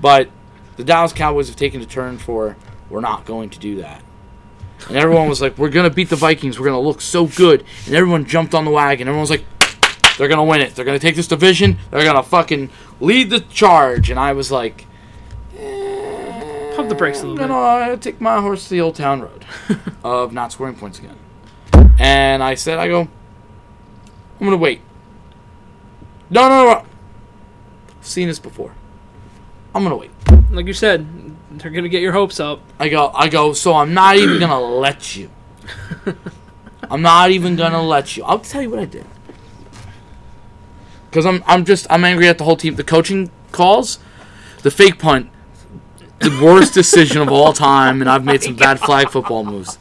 A: but the Dallas Cowboys have taken a turn for we're not going to do that. And everyone was like, we're going to beat the Vikings. We're going to look so good. And everyone jumped on the wagon. Everyone was like, they're going to win it. They're going to take this division. They're going to fucking lead the charge. And I was like,
B: Pump the brakes a
A: I'm
B: little
A: going
B: bit.
A: to uh, take my horse to the old town road of not scoring points again. And I said, I go, I'm going to wait. No, no, no. I've seen this before. I'm going to wait.
B: Like you said, they're gonna get your hopes up.
A: I go, I go. So I'm not even gonna let you. I'm not even gonna let you. I'll tell you what I did. Cause I'm, I'm just, I'm angry at the whole team. The coaching calls, the fake punt, the worst decision of all time, and I've made some bad flag football moves.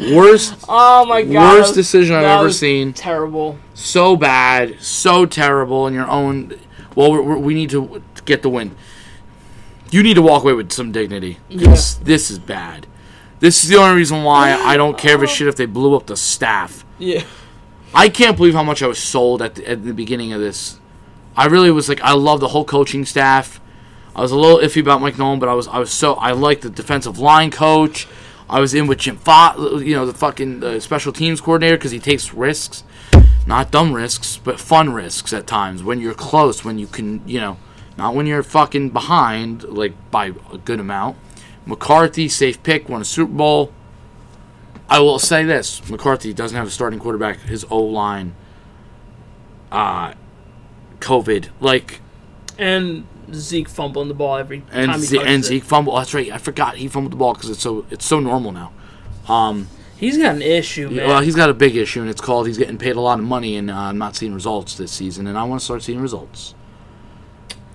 A: Worst,
B: Oh my god.
A: worst decision I've
B: that
A: ever
B: was
A: seen
B: Terrible.
A: so bad, so terrible in your own. Well, we're, we're, we need to get the win. You need to walk away with some dignity. This this is bad. This is the only reason why I don't care a shit if they blew up the staff.
B: Yeah.
A: I can't believe how much I was sold at the, at the beginning of this. I really was like, I love the whole coaching staff. I was a little iffy about Mike Nolan, but I was I was so I liked the defensive line coach. I was in with Jim Fott, you know, the fucking uh, special teams coordinator because he takes risks, not dumb risks, but fun risks at times when you're close, when you can, you know, not when you're fucking behind like by a good amount. McCarthy, safe pick, won a Super Bowl. I will say this: McCarthy doesn't have a starting quarterback. His O line, uh, COVID, like,
B: And Zeke fumbling the ball every
A: and
B: time he
A: Ze-
B: touches
A: and
B: it.
A: Zeke fumble. That's right. I forgot he fumbled the ball because it's so it's so normal now. Um,
B: He's got an issue, man.
A: well, he's got a big issue, and it's called he's getting paid a lot of money, and uh, I'm not seeing results this season, and I want to start seeing results.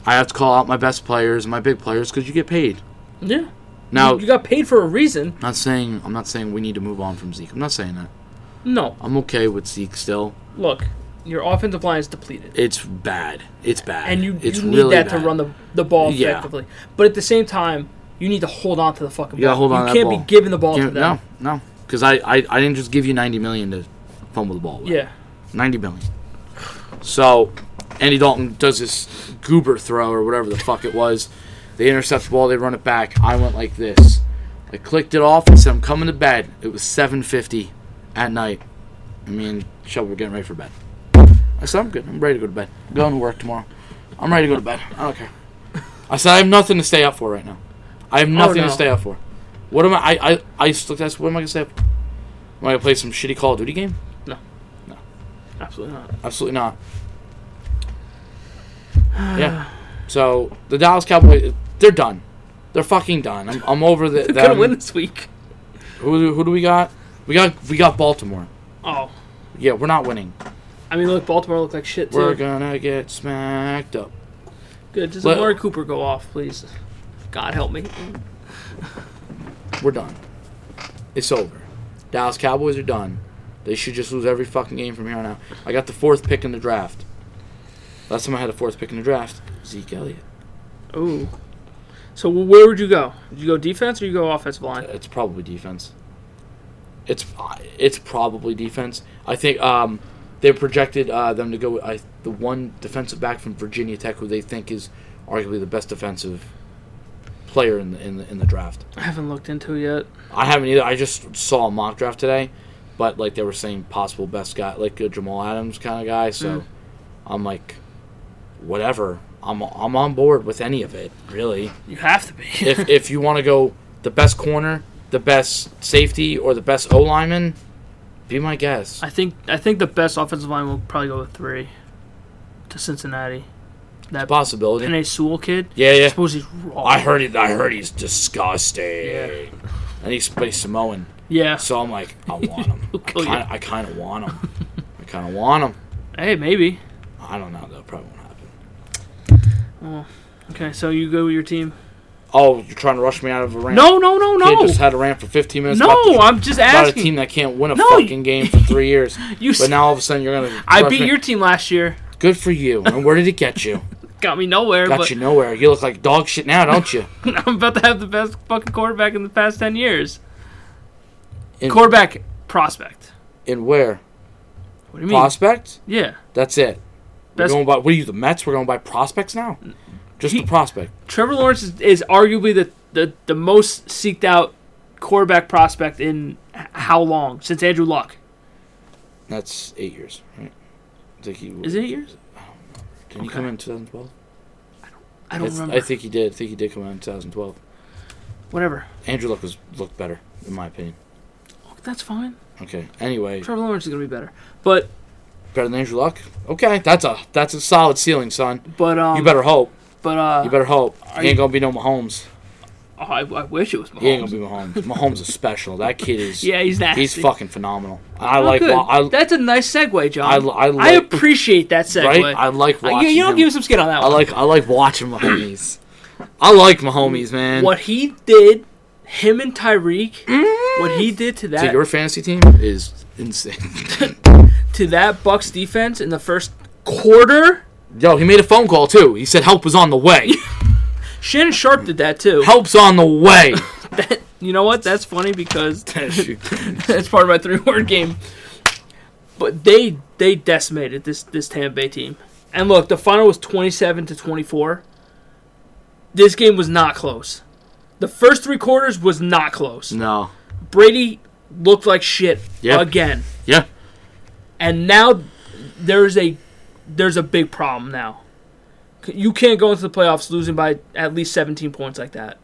A: I have to call out my best players and my big players because you get paid.
B: yeah.
A: Now,
B: you got paid for a reason.
A: not saying I'm not saying we need to move on from Zeke. I'm not saying that.
B: No,
A: I'm okay with Zeke still.
B: look, your offensive line is depleted,
A: It's bad. It's bad.
B: and you,
A: it's
B: you need that to run the, the ball
A: Yeah.
B: effectively. But at the same time, you need to hold on to the fucking.
A: You gotta
B: ball.
A: hold on to
B: You
A: that
B: can't
A: ball.
B: be giving the ball to
A: Can't-
B: them.
A: no, no, because I, I I didn't just give you 90 million to fumble the ball. With.
B: Yeah,
A: 90 million. So Andy Dalton does this goober throw or whatever the fuck it was. They intercept the ball, they run it back. I went like this. I clicked it off and said, I'm coming to bed. It was 7.50 at night. I mean, Shelby were getting ready for bed. I said, I'm good. I'm ready to go to bed. I'm going to work tomorrow. I'm ready to go to bed. I don't care. I said, I have nothing to stay up for right now. I have nothing
B: no.
A: to stay up for. What am I? I, I, I just looked at this, what am I going to stay up for? Am I going to play some shitty Call of Duty game?
B: absolutely not.
A: Absolutely not. yeah. So the Dallas Cowboys, they're done. They're fucking done. I'm, I'm over the.
B: They're
A: them.
B: gonna win this week.
A: Who, who do we got? We got we got Baltimore.
B: Oh,
A: Yeah, we're not winning.
B: I mean, look, Baltimore looked like shit too.
A: We're gonna get smacked up.
B: Good, just
A: Well-
B: let Amari Cooper go off, please. God help me.
A: We're done. It's over. Dallas Cowboys are done. They should just lose every fucking game from here on out. I got the fourth pick in the draft. Last time I had a fourth pick in the draft, Zeke Elliott.
B: Ooh. So wh- where would you go? Would you go defense or you go offensive line?
A: It's probably defense. It's it's probably defense. I think um, they projected uh, them to go with I, the one defensive back from Virginia Tech, who they think is arguably the best defensive player in the in the, in the draft.
B: I haven't looked into it yet.
A: I haven't either. I just saw a mock draft today, but like they were saying possible best guy, like a Jamal Adams kind of guy. So
B: Mm.
A: I'm like, whatever. I'm I'm on board with any of it really
B: You have to be.
A: if if you want to go the best corner, the best safety, or the best O lineman, be my guest.
B: I think I think the best offensive line will probably go with three to Cincinnati. That
A: Possibility.
B: Penny Sewell kid.
A: yeah,
B: I
A: yeah.
B: suppose he's raw.
A: I heard it. I heard he's disgusting.
B: Yeah.
A: And he's, but he's Samoan,
B: Yeah.
A: so I'm like, I want him.
B: He'll kill you.
A: Kinda- I kind of want him. I kind of want him.
B: Hey, maybe.
A: I don't know. That probably won't happen.
B: Okay, so you go with your team.
A: Oh, you're trying to rush me out of a rant?
B: No, no, no,
A: Kid
B: no.
A: just had a rant for 15 minutes. about
B: No,
A: the-
B: I'm just
A: about a team
B: asking.
A: that can't win a
B: No, you-
A: fucking game for three years.
B: You. s-
A: But now all of a sudden you're gonna.
B: I
A: rush
B: beat
A: me.
B: your team last year.
A: Good for you. And where did it get you?
B: Got me nowhere,
A: Got
B: but
A: you nowhere. You look like dog shit now, don't you?
B: I'm about to have the best fucking quarterback in the past ten years.
A: In,
B: Quarterback prospect.
A: in where?
B: What do you mean?
A: Prospect?
B: yeah.
A: That's it.
B: Best-
A: We're going by. What are you? The Mets? We're going by prospects now. Just
B: He-
A: the prospect.
B: Trevor Lawrence is, is arguably the, the, the most seeked out quarterback prospect in h- how long? Since Andrew Luck.
A: That's eight years, right? I think he
B: Is it eight years?
A: Did he
B: Okay.
A: come in 2012?
B: I don't remember.
A: I think he did. I think he did come out in 2012.
B: Whatever.
A: Andrew Luck was looked better, in my opinion.
B: That's fine.
A: Okay. Anyway,
B: Trevor Lawrence is going to be better. But,
A: better than Andrew Luck. Okay, that's a that's a solid ceiling, son.
B: but, um,
A: You better hope.
B: but, uh,
A: You better hope.
B: are
A: He
B: you-
A: ain't gonna be no Mahomes.
B: oh, I, I wish it was
A: He ain't
B: Mahomes.
A: gonna be Mahomes. Mahomes is special. That kid is.
B: Yeah, he's nasty.
A: He's fucking phenomenal. I
B: Oh,
A: like.
B: good.
A: wa- I,
B: That's a nice segue, John.
A: I,
B: I,
A: li- I like.
B: appreciate that segue.
A: right. I like
B: Uh, you-
A: watching.
B: you, don't
A: him.
B: give him some skin on that
A: I
B: one.
A: like. I like watching my homies. I like my homies, man.
B: what he did, him and Tyreek, what he did to
A: To
B: that
A: your fantasy team is insane.
B: to that Bucks defense in the first quarter.
A: Yo, he made a phone call too. He said help was on the way.
B: Shannon Sharp did that too.
A: Help's on the way.
B: You know what? That's funny because
A: Shoot.
B: that's part of my three word game. But they they decimated this this Tampa Bay team. And look, the final was 27 to 24. This game was not close. The first three quarters was not close.
A: No.
B: Brady looked like shit
A: Yep.
B: again.
A: Yeah.
B: And now there's a there's a big problem now. C- You can't go into the playoffs losing by at least 17 points like that.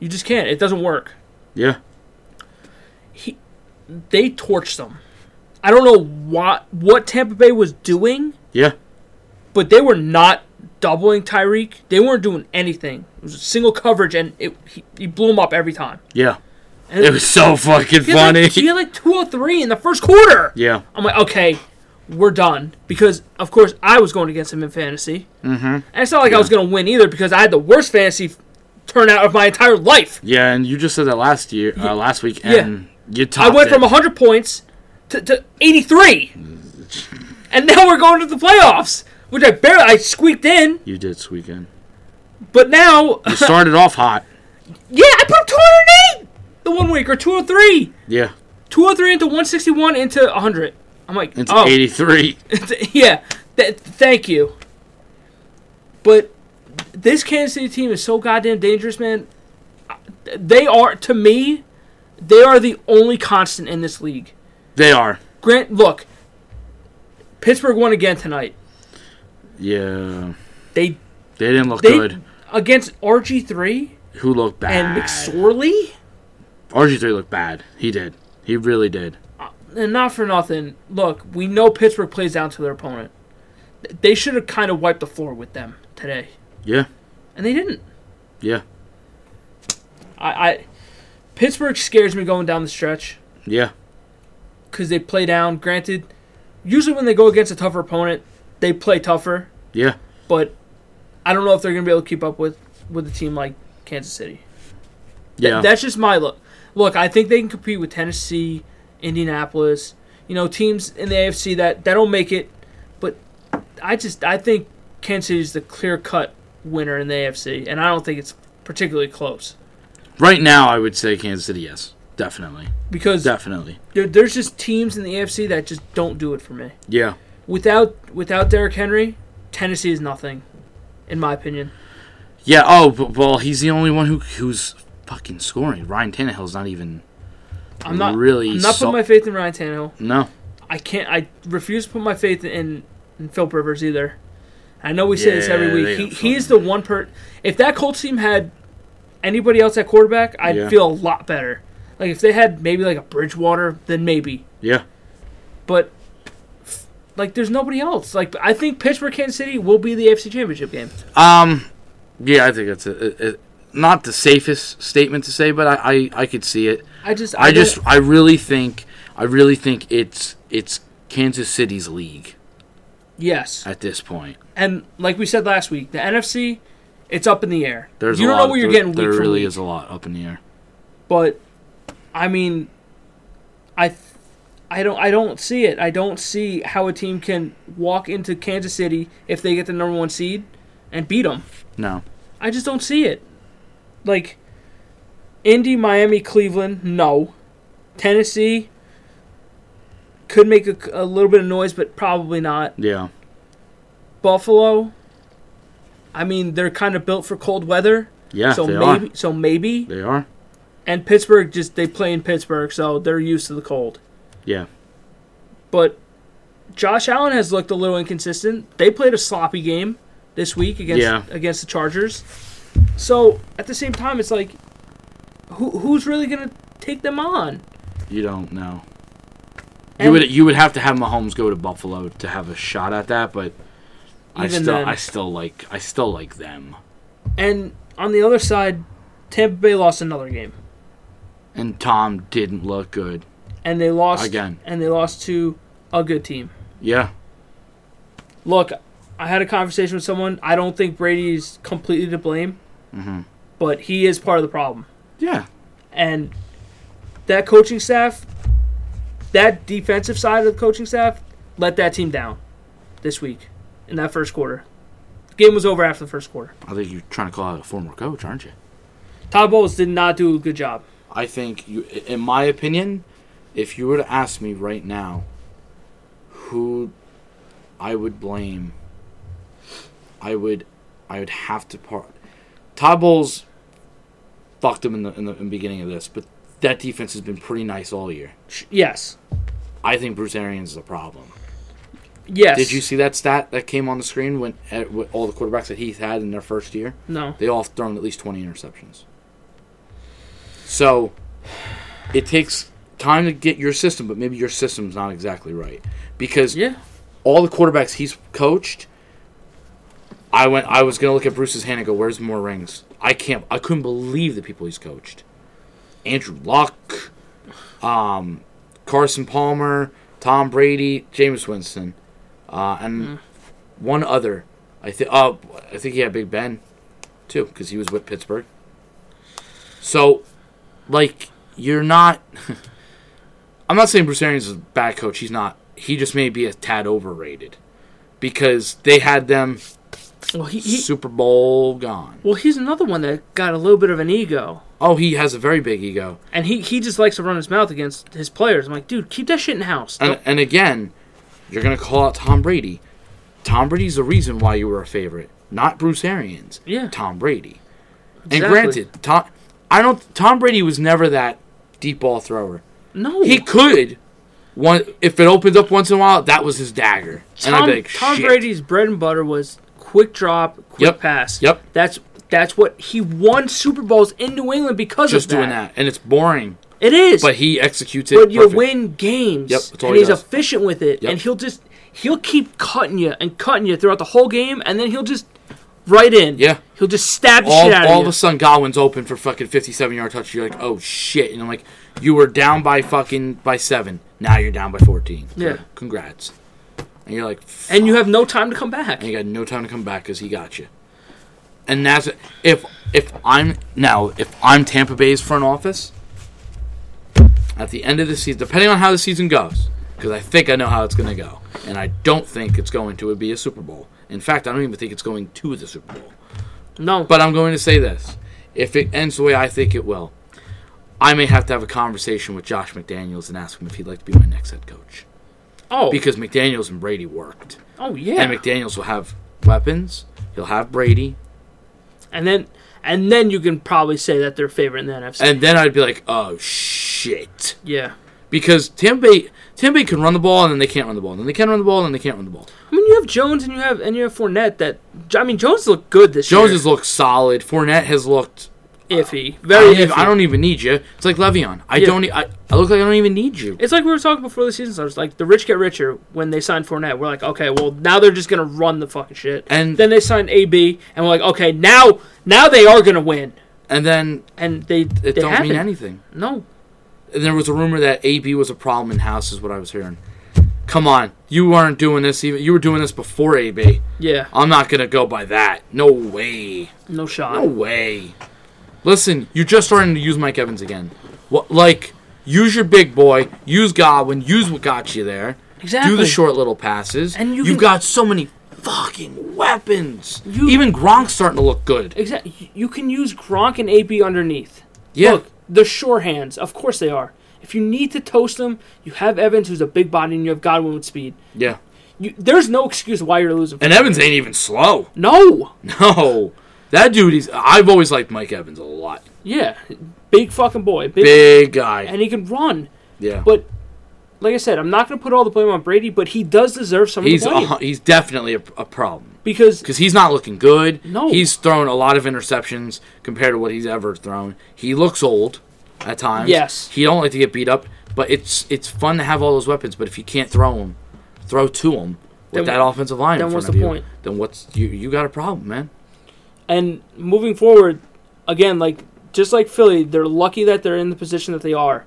B: You just can't. It doesn't work.
A: Yeah.
B: They torched them. I don't know what what Tampa Bay was doing,
A: Yeah.
B: but they were not doubling Tyreek. They weren't doing anything. It was single coverage, and it he, he blew him up every time.
A: Yeah.
B: And
A: It was so fucking
B: he had,
A: funny.
B: like, he had like two or three in the first quarter.
A: yeah.
B: I'm like, okay, we're done. Because, of course, I was going against him in fantasy. Mm-hmm. And it's not like I was going to win either because I had the worst fantasy f- turnout of my entire life.
A: Yeah, and you just said that last year, uh, last week,
B: Yeah.
A: and you
B: I
A: topped
B: went
A: it.
B: from 100 points to, to 83. and now we're going to the playoffs, which I barely, I squeaked in.
A: You did this weekend.
B: But now,
A: You started off hot.
B: yeah, I put 208 the one week or 203.
A: Yeah.
B: 203 into 161 into 100. I'm like,
A: It's
B: oh.
A: 83.
B: yeah, th- thank you. But this Kansas City team is so goddamn dangerous, man. They are, to me, they are the only constant in this league.
A: They are.
B: Grant, look, Pittsburgh won again tonight.
A: Yeah.
B: They
A: They didn't look
B: they
A: good.
B: against RG three
A: Who looked bad?
B: and McSorley,
A: RG3 looked bad. He did. He really did.
B: and not for nothing. Look, we know Pittsburgh plays down to their opponent. Th- They should have kind of wiped the floor with them today,
A: Yeah.
B: and they didn't.
A: Yeah.
B: I, I Pittsburgh scares me going down the stretch
A: Yeah.
B: because they play down. Granted, usually when they go against a tougher opponent, they play tougher,
A: Yeah.
B: but I don't know if they're going to be able to keep up with with a team like Kansas City.
A: Yeah.
B: That's just my look. Look, I think they can compete with Tennessee, Indianapolis, you know, teams in the AFC that that don't make it. But I just I think Kansas City is the clear cut winner in the AFC, and I don't think it's particularly close
A: right now, I would say Kansas City, yes. Definitely.
B: because
A: Definitely.
B: there, there's just teams in the AFC that just don't do it for me.
A: Yeah.
B: Without without Derrick Henry, Tennessee is nothing, in my opinion.
A: Yeah. Oh, but, well, he's the only one who who's fucking scoring. Ryan Tannehill's not even.
B: I'm not
A: Really
B: I'm not
A: so-
B: putting my faith in Ryan Tannehill.
A: No.
B: I can't. I refuse to put my faith in, in Phil Rivers either. I know we say this every
A: Yeah,
B: week.
A: they
B: He,
A: got
B: he is the one per. If that Colts team had anybody else at quarterback, I'd
A: Yeah.
B: feel a lot better. Like if they had maybe like a Bridgewater, then maybe.
A: Yeah.
B: But like, there's nobody else. Like I think Pittsburgh, Kansas City will be the AFC Championship game.
A: Um, yeah, I think that's a, a, a- not the safest statement to say, but I, I, I could see it.
B: I just.
A: I,
B: don't-
A: just, I really think, I really think it's it's Kansas City's league
B: yes.
A: at this point.
B: And like we said last week, the NFC, it's up in the air.
A: There's
B: you
A: a
B: don't
A: lot
B: know where you're
A: there,
B: getting
A: There
B: week from
A: really
B: week.
A: is a lot up in the air.
B: But I mean, I, th- I don't, I don't see it. I don't see how a team can walk into Kansas City if they get the number one seed and beat them.
A: No.
B: I just don't see it. Like, Indy, Miami, Cleveland, no. Tennessee could make a, a little bit of noise, but probably not.
A: Yeah.
B: Buffalo. I mean, they're kind of built for cold weather,
A: Yeah.
B: so
A: they
B: maybe,
A: are.
B: so maybe.
A: They are.
B: And Pittsburgh just they play in Pittsburgh, so they're used to the cold.
A: Yeah.
B: But Josh Allen has looked a little inconsistent. They played a sloppy game this week against
A: Yeah.
B: against the Chargers. So at the same time, it's like, who who's really gonna take them on?
A: You don't know.
B: And-
A: You would you would have to have Mahomes go to Buffalo to have a shot at that, but I
B: Even
A: still
B: then.
A: I still like I still like them.
B: And on the other side, Tampa Bay lost another game,
A: And Tom didn't look good.
B: and they lost
A: Again.
B: and they lost to a good team.
A: Yeah.
B: look, I had a conversation with someone. I don't think Brady's completely to blame,
A: Mm-hmm.
B: but he is part of the problem.
A: Yeah.
B: And that coaching staff, that defensive side of the coaching staff, let that team down this week in that first quarter. game was over after the first quarter.
A: I think you're trying to call out a former coach, aren't you?
B: Todd Bowles did not do a good job.
A: I think you, in my opinion, if you were to ask me right now, who I would blame. I would, I would have to part. Todd Bowles fucked him in the, in the in the beginning of this, but that defense has been pretty nice all year.
B: Yes.
A: I think Bruce Arians is a problem.
B: Yes.
A: Did you see that stat that came on the screen when at, with all the quarterbacks that he's had in their first year?
B: No.
A: They all have thrown at least 20 interceptions. So it takes time to get your system, but maybe your system's not exactly right because
B: Yeah.
A: all the quarterbacks he's coached. I went. I was gonna look at Bruce's hand and go, "Where's more rings?" I can't. I couldn't believe the people he's coached. Andrew Luck, um, Carson Palmer, Tom Brady, James Winston, uh, and one other. I think. Uh, I think he had Big Ben, too, because he was with Pittsburgh. So, like, you're not. I'm not saying Bruce Arians is a bad coach. He's not. He just may be a tad overrated because they had them
B: Well, he, he
A: Super Bowl gone.
B: well he's another one that got a little bit of an ego,
A: Oh, he has a very big ego.
B: and he he just likes to run his mouth against his players. I'm like, dude, keep that shit in house.
A: And, and again, you're going to call out Tom Brady. Tom Brady's the reason why you were a favorite, not Bruce Arians.
B: Yeah.
A: Tom Brady.
B: Exactly.
A: And granted, Tom, I don't. Tom Brady was never that deep ball thrower.
B: no.
A: He could, one if it opens up once in a while, that was his dagger. And I'd
B: Tom,
A: be like,
B: Tom
A: "Shit."
B: Brady's bread and butter was quick drop, quick
A: Yep.
B: pass.
A: Yep.
B: That's that's what he won Super Bowls in New England because
A: just
B: of that.
A: doing that, and it's boring.
B: It is.
A: But he executes it.
B: but you
A: perfect.
B: win games.
A: Yep, that's all
B: and
A: he
B: he's
A: does.
B: efficient with it.
A: Yep.
B: And he'll just he'll keep cutting you and cutting you throughout the whole game and then he'll just right in.
A: Yeah.
B: He'll just stab the
A: All,
B: shit out
A: all
B: of
A: of
B: you.
A: a sudden, Godwin's open for fucking fifty-seven yard touch. You're like, oh shit! And I'm like, you were down by fucking by seven. Now you're down by fourteen.
B: Yeah.
A: Congrats. And you're like, "F-
B: and you have no time to come back.
A: and you got no time to come back because he got you. And that's if if I'm now if I'm Tampa Bay's front office at the end of the season, depending on how the season goes, because I think I know how it's going to go, and I don't think it's going to be a Super Bowl. In fact, I don't even think it's going to the Super Bowl.
B: No.
A: But I'm going to say this: if it ends the way I think it will, I may have to have a conversation with Josh McDaniels and ask him if he'd like to be my next head coach
B: oh.
A: because McDaniels and Brady worked.
B: oh yeah.
A: And McDaniels will have weapons. He'll have Brady,
B: and then and then you can probably say that they're favorite in the NFC.
A: and then I'd be like, "Oh shit!"
B: yeah.
A: Because Tim Bay, Tim Bay can run the ball, and then they can't run the ball, and then they can run the ball, and then they can't run the ball.
B: I mean, you have Jones and you have and you have Fournette. That I mean, Jones looked good this
A: Jones
B: year.
A: has looked solid. Fournette has looked.
B: iffy,
A: I
B: very
A: don't,
B: iffy.
A: even, I don't even need you. It's like Le'Veon. I
B: Yeah.
A: don't. e- I, I look like I don't even need you.
B: It's like we were talking before the season starts. Like the rich get richer when they sign Fournette. We're like, okay, well now they're just gonna run the fucking shit.
A: And-
B: then they sign AB, and we're like, okay, now now they are gonna win.
A: And then
B: And they
A: it
B: they
A: don't
B: haven't.
A: mean anything.
B: No,
A: And there was a rumor that AB was a problem in house, is what I was hearing. Come on, you weren't doing this even. You were doing this before AB.
B: yeah,
A: I'm not gonna go by that. No way.
B: no shot.
A: No way. Listen, you're just starting to use Mike Evans again. What like use your big boy, use Godwin, use what got you there. Do
B: Exactly.
A: the short little passes.
B: And you
A: have
B: can-
A: got so many fucking weapons.
B: You-
A: Even Gronk's starting to look good.
B: Exactly. You can use Gronk and AB underneath.
A: Yeah.
B: Look, they're sure hands. Of course they are. If you need to toast them, you have Evans, who's a big body, and you have Godwin with speed.
A: Yeah.
B: You, there's no excuse why you're losing.
A: And Evans ain't even slow.
B: no.
A: No. That dude is I've always liked Mike Evans a lot.
B: Yeah. Big fucking boy. Big,
A: Big guy.
B: And he can run.
A: yeah.
B: But like I said, I'm not going to put all the blame on Brady, but he does deserve some
A: he's
B: of the blame
A: uh, he's definitely a, a problem.
B: because
A: because he's not looking good.
B: No.
A: he's thrown a lot of interceptions compared to what he's ever thrown. He looks old at times.
B: Yes.
A: he don't like to get beat up, but it's it's fun to have all those weapons. But if you can't throw them, throw to them with
B: Then-
A: that offensive line.
B: then
A: in front
B: what's
A: of
B: the
A: you,
B: point?
A: Then what's you you got a problem, man?
B: and moving forward, again, like just like Philly, they're lucky that they're in the position that they are.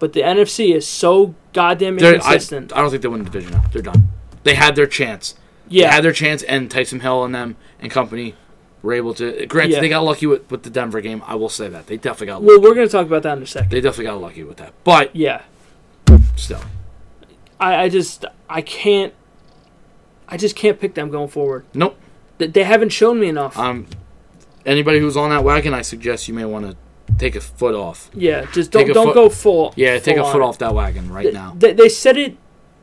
B: But the NFC is so goddamn
A: They're- I, I
B: inconsistent.
A: don't think they win the division now. They're done. They had their chance.
B: yeah,
A: They had their chance, and Tyson Hill and them and company were able to. Granted,
B: Yeah.
A: they got lucky with, with the Denver game. I will say that they definitely got.
B: Well, we're going to talk about that in a second.
A: they definitely got lucky with that, but
B: Yeah.
A: still,
B: I, I just, I can't, I just can't pick them going forward.
A: nope.
B: They, they haven't shown me enough.
A: Um, anybody who's on that wagon, I suggest you may want to take a foot off.
B: yeah, just
A: take
B: don't
A: a
B: don't
A: foot-
B: go full.
A: Yeah, take
B: full
A: a foot
B: on.
A: off that wagon right now.
B: They, they said it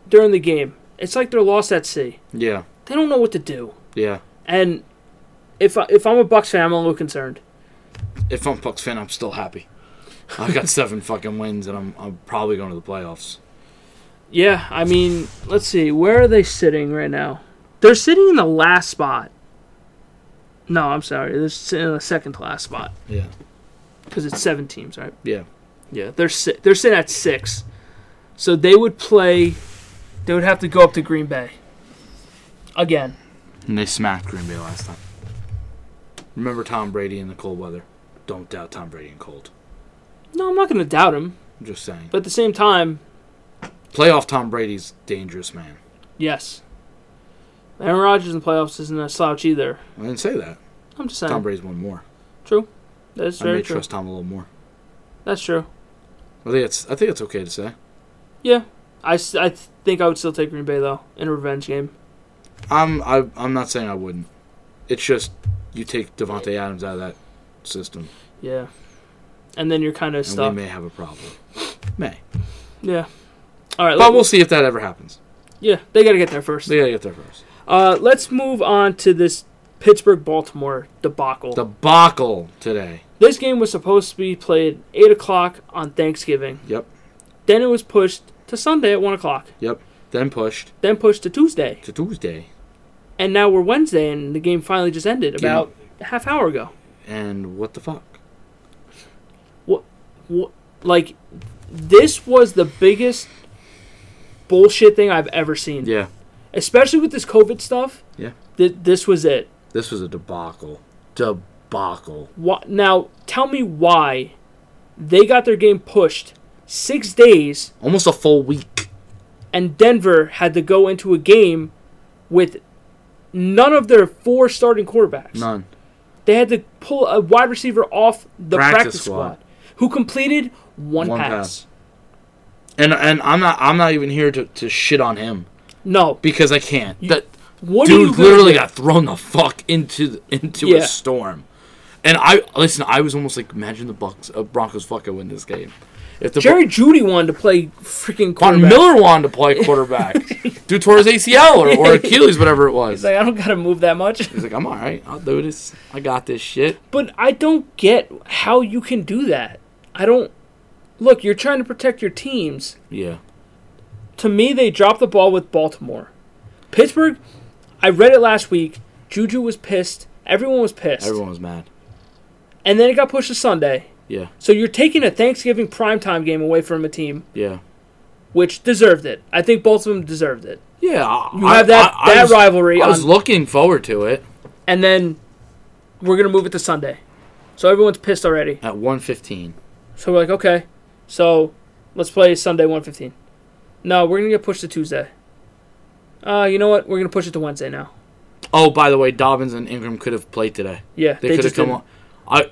B: during the game. It's like they're lost at sea.
A: Yeah.
B: They don't know what to do.
A: Yeah.
B: And if I, if I'm a Bucks fan, I'm a little concerned.
A: If I'm Bucks fan, I'm still happy. I've got seven fucking wins, and I'm I'm probably going to the playoffs.
B: Yeah, I mean, let's see. Where are they sitting right now? They're sitting in the last spot. No, I'm sorry. They're sitting in the second to last spot
A: Yeah.
B: because it's seven teams, right?
A: Yeah.
B: Yeah, they're si- they're sitting at six, so they would play. They would have to go up to Green Bay again.
A: And they smacked Green Bay last time. Remember Tom Brady in the cold weather? Don't doubt Tom Brady in cold.
B: No, I'm not going to doubt him,
A: I'm just saying.
B: but at the same time,
A: Playoff Tom Brady's dangerous, man.
B: yes, Aaron Rodgers in the playoffs isn't a slouch either.
A: I didn't say that.
B: I'm just
A: Tom
B: saying,
A: Brady's won more.
B: true. That's
A: I may
B: very true.
A: trust Tom a little more.
B: That's true.
A: I think it's I think it's okay to say.
B: Yeah, I, s- I th- think I would still take Green Bay though in a revenge game.
A: I'm I, I'm not saying I wouldn't. It's just you take Devonte Adams out of that system,
B: Yeah. And then you're kind of
A: and
B: stuck.
A: we may have a problem. May,
B: Yeah. All right.
A: but
B: Let,
A: we'll see if that ever happens.
B: yeah, they got to get there first.
A: They gotta get there first.
B: Uh, let's move on to this Pittsburgh Baltimore debacle.
A: Debacle today.
B: this game was supposed to be played eight o'clock on Thanksgiving.
A: Yep,
B: Then it was pushed to Sunday at one o'clock.
A: yep. Then pushed
B: Then pushed to Tuesday,
A: to Tuesday,
B: and now we're Wednesday, and the game finally just ended about a half hour ago.
A: and what the fuck?
B: Wh- Like, this was the biggest bullshit thing I've ever seen.
A: Yeah,
B: Especially with this COVID stuff.
A: Yeah.
B: Th- this was it.
A: this was a debacle. Debacle.
B: Why, now, tell me why they got their game pushed six days,
A: Almost a full week.
B: and Denver had to go into a game with none of their four starting quarterbacks.
A: None.
B: They had to pull a wide receiver off the
A: Practice
B: practice,
A: squad.
B: squad. who completed one,
A: One
B: pass.
A: And and I'm not I'm not even here to, to shit on him
B: No,
A: because I can't. that
B: what are Oh, you
A: dude
B: gonna
A: literally
B: do?
A: got thrown the fuck into the, into a
B: Yeah.
A: storm. And I listen. I was almost like, imagine the Bucks, uh, Broncos fucking win this game. If the
B: Jerry Judy wanted to play freaking
A: Von
B: quarterback.
A: Miller wanted to play quarterback, do towards ACL or, or Achilles, whatever it was.
B: He's like, I don't gotta move that much.
A: He's like, I'm all right. I'll do this. I got this shit.
B: But I don't get how you can do that. I don't. Look, you're trying to protect your teams.
A: Yeah,
B: To me, they dropped the ball with Baltimore. Pittsburgh, I read it last week. Juju was pissed. Everyone was pissed.
A: everyone was mad.
B: And then it got pushed to Sunday.
A: Yeah,
B: So you're taking a Thanksgiving primetime game away from a team
A: yeah,
B: which deserved it. I think both of them deserved it.
A: yeah. I,
B: You have that,
A: I- I
B: that
A: was-
B: rivalry.
A: I was
B: on,
A: looking forward to it
B: and then we're going to move it to Sunday. So everyone's pissed already.
A: at 1:15.
B: So we're like, okay, so let's play Sunday 115. No, we're going to get pushed to Tuesday. Uh, you know what? We're going to push it to Wednesday now.
A: Oh, by the way, Dobbins and Ingram could have played today.
B: Yeah,
A: They, could have
B: just
A: come
B: didn't.
A: on. I,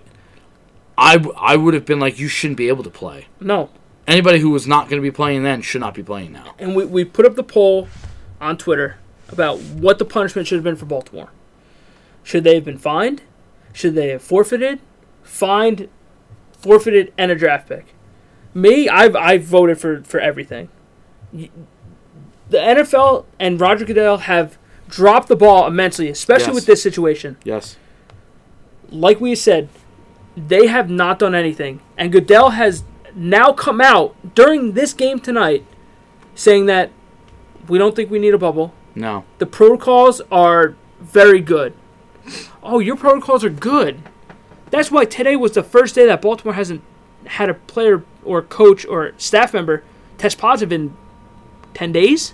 A: I, w- I would have been like, you shouldn't be able to play.
B: No.
A: Anybody who was not going to be playing then should not be playing now.
B: And we, we put up the poll on Twitter about what the punishment should have been for Baltimore. Should they have been fined? Should they have forfeited? Fined, forfeited, and a draft pick. Me, I've, I've voted for, for everything. Y- The NFL and Roger Goodell have dropped the ball immensely, especially
A: Yes.
B: with this situation.
A: Yes.
B: like we said, they have not done anything. And Goodell has now come out during this game tonight saying that we don't think we need a bubble.
A: No.
B: The protocols are very good. Oh, your protocols are good. That's why today was the first day that Baltimore hasn't had a player or coach or staff member test positive in 10 days?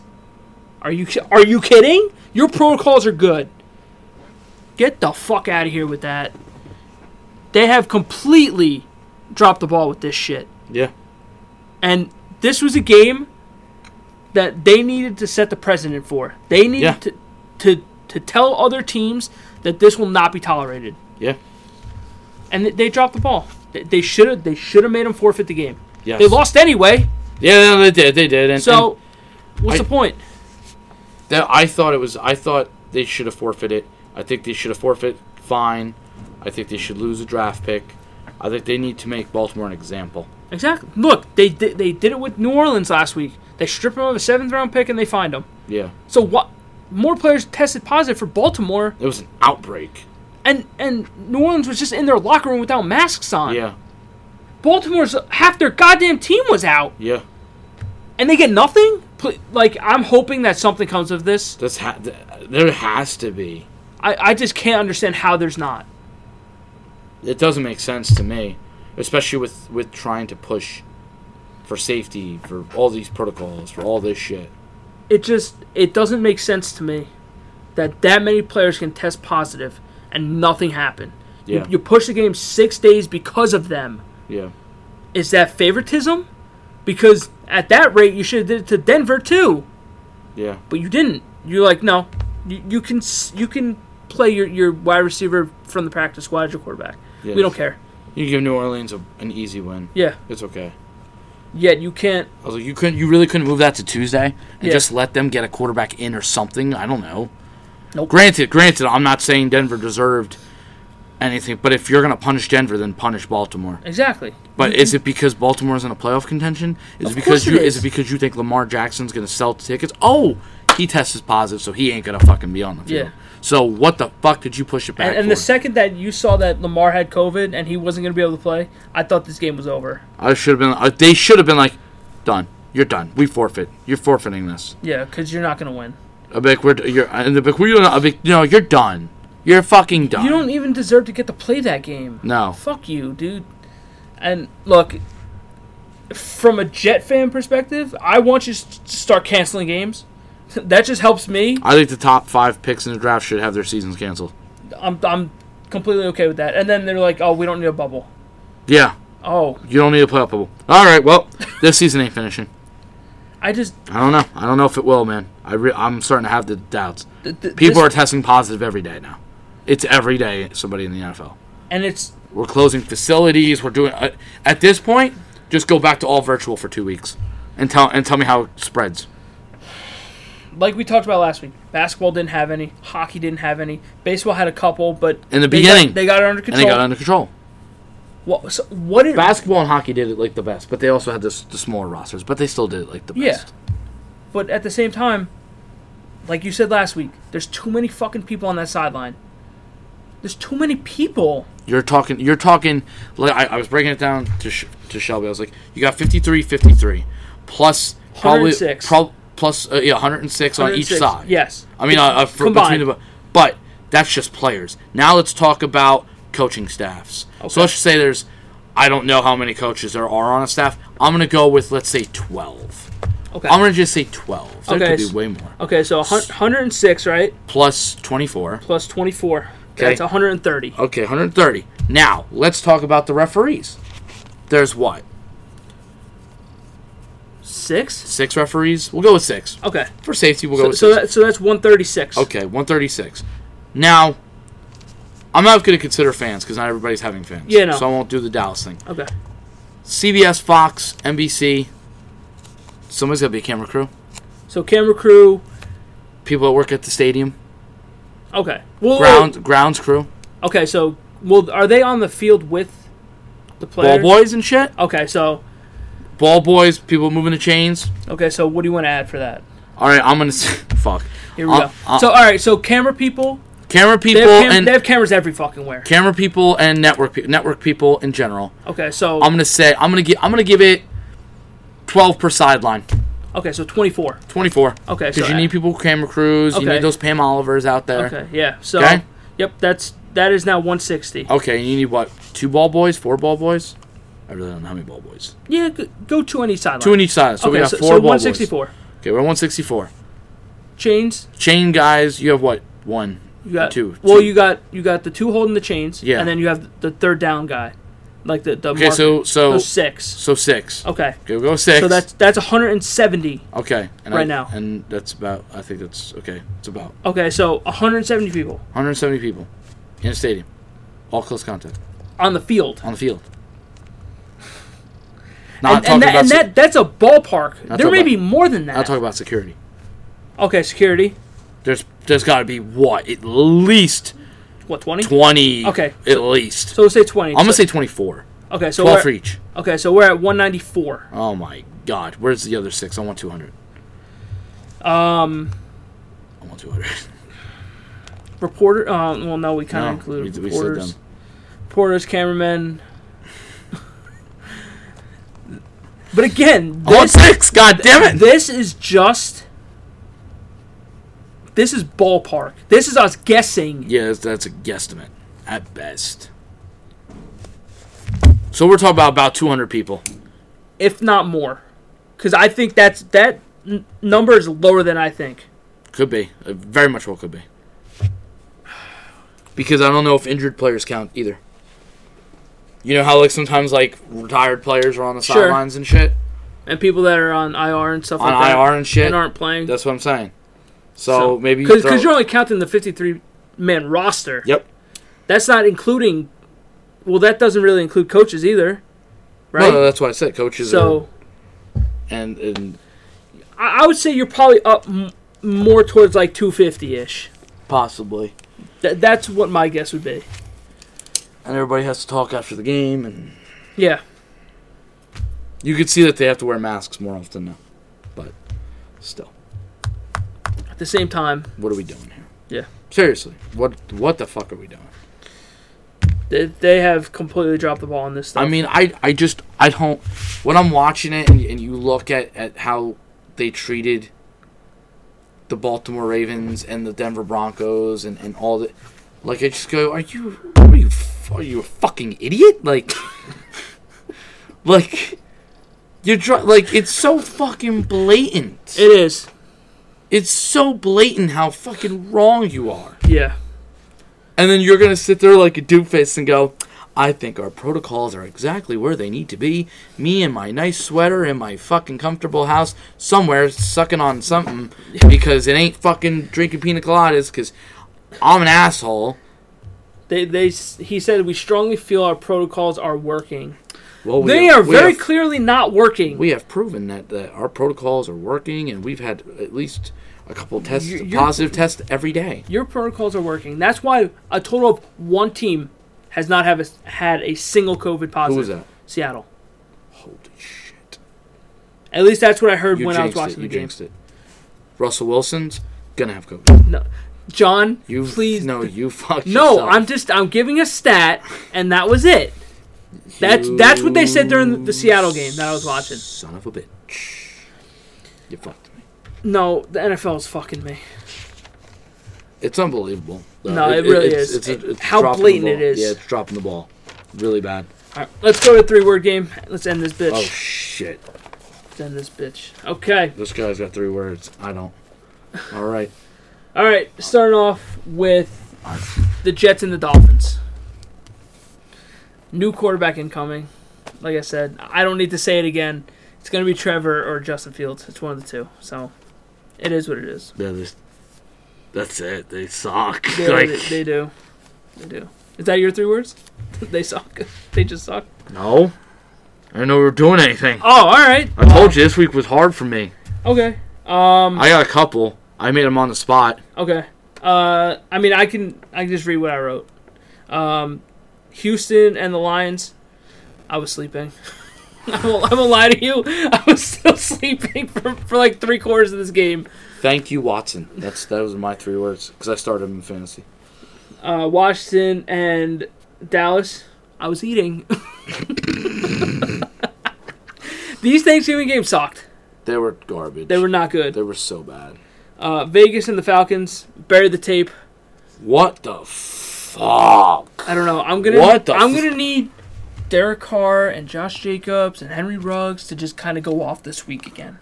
B: Are you are you kidding? Your protocols are good. Get the fuck out of here with that. They have completely dropped the ball with this shit.
A: Yeah.
B: And this was a game that they needed to set the precedent for. They needed
A: Yeah.
B: to, to to tell other teams that this will not be tolerated.
A: Yeah.
B: And th- they dropped the ball. They- They should have they should have made them forfeit the game.
A: Yes.
B: They lost anyway.
A: Yeah, no, they did. They did. And,
B: So
A: and
B: what's
A: I-
B: the point?
A: that- I thought it was. I thought they should have forfeited. I think they should have forfeit. Fine. I think they should lose a draft pick. I think they need to make Baltimore an example.
B: Exactly. Look, they did they did it with New Orleans last week. They strip him of a seventh round pick and they find him.
A: Yeah.
B: So what? More players tested positive for Baltimore,
A: It was an outbreak.
B: and and New Orleans was just in their locker room without masks on.
A: Yeah.
B: Baltimore's half their goddamn team was out,
A: Yeah.
B: and they get nothing. Pl- Like I'm hoping that something comes of this.
A: That's ha- th- there has to be.
B: I I just can't understand how there's not.
A: It doesn't make sense to me, especially with with trying to push for safety, for all these protocols, for all this shit.
B: It just it doesn't make sense to me that that many players can test positive and nothing happened. You-
A: Yeah.
B: You, push the game six days because of them.
A: Yeah.
B: Is that favoritism? Because at that rate, you should have did it to Denver too,
A: Yeah.
B: but you didn't. You're like, no, you, you can s- you can play your, your wide receiver from the practice squad as your quarterback.
A: Yes.
B: We don't care.
A: You give New Orleans a, an easy win.
B: Yeah.
A: It's okay.
B: Yet you can't.
A: I was like, you couldn't, you really couldn't move that to Tuesday and
B: Yeah.
A: just let them get a quarterback in or something. I don't know.
B: Nope.
A: Granted, granted, I'm not saying Denver deserved anything, but if you're gonna punish Denver, then punish Baltimore.
B: Exactly.
A: But is it because Baltimore's in a playoff contention? Is it
B: course
A: because
B: it
A: you is.
B: is.
A: it because you think Lamar Jackson's gonna sell tickets? Oh, he tested positive, so he ain't gonna fucking be on the field.
B: Yeah.
A: So what the fuck did you push it back
B: And, and
A: for?
B: the second that you saw that Lamar had COVID and he wasn't going to be able to play, I thought this game was over.
A: I should have been. uh, They should have been like, done. You're done. We forfeit. You're forfeiting this.
B: Yeah, because you're not going to win.
A: I'll be like, we're, you're, uh, and they'll be like, "Well, you're not, I'll be like, no, you're done. You're fucking done.
B: You don't even deserve to get to play that game.
A: no.
B: Fuck you, dude. And look, from a Jet fan perspective, I want you to s- start canceling games. That just helps me.
A: I think the top five picks in the draft should have their seasons canceled.
B: I'm, I'm completely okay with that. And then they're like, oh, we don't need a bubble.
A: Yeah,
B: Oh,
A: you don't need a playoff bubble. All right, well, this season ain't finishing.
B: I just.
A: I don't know. I don't know if it will, man. I re- I'm starting to have the doubts.
B: Th- th-
A: People
B: this-
A: are testing positive every day now. It's every day somebody in the NFL.
B: And it's.
A: We're closing facilities. We're doing uh, at this point. Just go back to all virtual for two weeks, and tell and tell me how it spreads.
B: Like we talked about last week, basketball didn't have any, hockey didn't have any, baseball had a couple, but
A: In the
B: they
A: beginning.
B: got, they got it under
A: And
B: control.
A: they got under control.
B: What, so what did
A: basketball and hockey did it like the best, but they also had this, the smaller rosters, but they still did it like the
B: Yeah.
A: best.
B: But at the same time, like you said last week, there's too many fucking people on that sideline. There's too many people.
A: You're talking, you're talking, like I, I was breaking it down to, Sh- to Shelby. I was like, you got 53, 53, plus probably,
B: 106.
A: prob- plus, uh, yeah, 106 on each
B: 106.
A: side.
B: Yes.
A: I mean, uh, uh, for, between
B: Combined.
A: the, but that's just players. Now let's talk about coaching staffs. So let's just say there's, I don't know how many coaches there are on a staff. I'm going to go with, let's say 12.
B: Okay.
A: I'm going to just say 12. There
B: Okay,
A: could be
B: s-
A: way more.
B: okay, so a hun- 106, right?
A: Plus 24.
B: Plus 24. That's 130.
A: Okay, 130. Now, let's talk about the referees. There's what?
B: Six?
A: Six referees? We'll go with six.
B: Okay.
A: For safety, we'll go
B: So,
A: with
B: so,
A: Oh, six.
B: that, so that's 136.
A: okay, 136. Now, I'm not going to consider fans because not everybody's having fans.
B: Yeah, no.
A: So I won't do the Dallas thing.
B: Okay.
A: CBS, Fox, NBC. Somebody's got to be a camera crew.
B: So camera crew.
A: People that work at the stadium.
B: Okay. Well,
A: Ground, grounds crew.
B: Okay, so well, are they on the field with the
A: Ball
B: players?
A: boys and shit.
B: Okay, so
A: Ball boys, people moving the chains.
B: okay, so what do you want to add for that?
A: All right, I'm going to. Fuck.
B: Here we
A: Uh,
B: go.
A: uh,
B: so all right, so camera people,
A: Camera people
B: they have, cam-
A: and.
B: they have cameras every fucking where.
A: camera people and network pe- network people in general.
B: Okay, so
A: I'm gonna say I'm gonna give I'm gonna give it twelve per sideline,
B: okay, so 24.
A: twenty four.
B: Okay,
A: Because
B: so
A: you need people with camera crews. You
B: Okay.
A: need those Pam Olivers out there. Okay.
B: Okay, yeah. So
A: Okay. Oh.
B: yep, that's that is now 160.
A: and you need what? Two ball boys, four ball boys. I really don't know how many ball boys.
B: Yeah, g- go two on each sideline.
A: Two in each side. So
B: okay,
A: we got
B: so,
A: four
B: so
A: ball
B: 164.
A: boys. Okay, we're one sixty four.
B: Chains.
A: Chain guys, you have what? One.
B: You got
A: Two,
B: Well,
A: two.
B: you got you got the two holding the chains.
A: Yeah.
B: And then you have the third down guy, like the the.
A: Okay,
B: mark-
A: so so
B: those six.
A: so six.
B: Okay.
A: Okay, we'll go six.
B: So that's that's 170.
A: okay. And
B: right
A: I-
B: now.
A: And that's about. I think that's okay. It's about
B: Okay, so 170 people
A: 170 people in a stadium, all close contact.
B: on the field.
A: on the field. Not
B: and,
A: talking
B: and, that,
A: about
B: and
A: se-
B: that that's a ballpark.
A: Not
B: there may
A: talking
B: be
A: about-
B: more than that.
A: not talking about security.
B: okay, security.
A: There's there's got to be what at least
B: What 20?
A: twenty.
B: Okay,
A: at least
B: So let's say 20.
A: I'm gonna say twenty four.
B: okay, so
A: Twelve
B: we're,
A: for each.
B: Okay, so we're at 194.
A: Oh my god, where's the other six? I want two hundred.
B: Um,
A: Almost 200.
B: reporter. Uh, well, no, we kind of
A: No,
B: included
A: Oh, we- we said
B: reporters,
A: them.
B: reporters, cameramen. but again,
A: I want
B: this
A: six. God damn it.
B: this is just. This is ballpark. This is us guessing.
A: Yeah, that's, that's a guesstimate at best. So we're talking about about 200 people.
B: if not more, because I think that's that n- number is lower than I think.
A: Could be. Uh, very much well could be. Because I don't know if injured players count either. You know how like sometimes like retired players are on the
B: Sure.
A: sidelines and shit
B: And people that are on IR and stuff
A: on
B: like that
A: IR and shit.
B: and aren't playing.
A: That's what I'm saying. So, maybe you
B: because
A: throw-
B: you're only counting the 53 man roster.
A: yep.
B: That's not including. Well, that doesn't really include coaches either,
A: No,
B: right?
A: no, that's what I said. Coaches are,
B: so
A: and and
B: I, I would say you're probably up m- more towards like 250 ish.
A: possibly.
B: Th- that's what my guess would be.
A: And everybody has to talk after the game, and
B: Yeah.
A: you could see that they have to wear masks more often now. But still,
B: At the same time,
A: what are we doing here?
B: Yeah.
A: Seriously, what what the fuck are we doing?
B: they, they have completely dropped the ball on this stuff.
A: I mean, I I just I don't when I'm watching it and, and you look at at how they treated the Baltimore Ravens and the Denver Broncos and and all that. Like I just go, are you are you f- are you a fucking idiot? Like, like you're dr- like it's so fucking blatant.
B: it is.
A: It's so blatant how fucking wrong you are.
B: Yeah.
A: And then you're gonna sit there like a doofus and go, I think our protocols are exactly where they need to be. Me and my nice sweater in my fucking comfortable house somewhere sucking on something because it ain't fucking drinking pina coladas because I'm an asshole.
B: They, they s- he said we strongly feel our protocols are working.
A: Well, we
B: They are
A: have- we
B: very
A: have-
B: clearly not working.
A: We have proven that, that our protocols are working and we've had at least a couple tests,
B: You- you're-
A: positive tests every day.
B: Your protocols are working. That's why a total of one team has not have a, had a single COVID positive.
A: Who was that?
B: Seattle.
A: Holy shit.
B: At least that's what I heard
A: You
B: when I was
A: jinxed
B: watching
A: it. You
B: the game.
A: jinxed it. Russell Wilson's gonna have COVID.
B: No, John,
A: You
B: please.
A: No, you fuck
B: No,
A: yourself.
B: I'm just I'm giving a stat, and that was it. That's that's what they said during the Seattle game that I was watching.
A: Son of a bitch. You fucked me.
B: No, the NFL is fucking me.
A: It's unbelievable. Uh,
B: No, it really
A: it's-
B: is.
A: It's, it's, it's
B: How
A: dropping the
B: blatant it
A: ball.
B: is.
A: Yeah, it's dropping the ball. Really bad.
B: All right, let's go to the three word game. Let's end this bitch.
A: Oh, shit.
B: Let's end this bitch. Okay.
A: This guy's got three words. I don't. All right.
B: All right, starting off with the Jets and the Dolphins. New quarterback incoming. Like I said, I don't need to say it again. It's going to be Trevor or Justin Fields. It's one of the two. So it is what it is.
A: Yeah, this- that's it. They suck.
B: They,
A: like,
B: they, they do. They do. Is that your three words? they suck. They just suck.
A: no. I didn't know we were doing anything.
B: Oh, all right.
A: I told you this week was hard for me.
B: Okay. Um.
A: I got a couple. I made them on the spot.
B: Okay. Uh, I mean, I can I can just read what I wrote. Um, Houston and the Lions. I was sleeping. I won't, I won't lie to you. I was still sleeping for, for like three quarters of this game.
A: Thank you, Watson. That's that was my three words because I started them in fantasy.
B: Uh, Washington and Dallas. I was eating. These Thanksgiving games sucked.
A: They were garbage.
B: They were not good.
A: They were so bad.
B: Uh, Vegas and the Falcons. Bury the tape.
A: What the fuck?
B: I don't know. I'm gonna.
A: What the f-
B: I'm gonna need Derek Carr and Josh Jacobs and Henry Ruggs to just kind of go off this week again,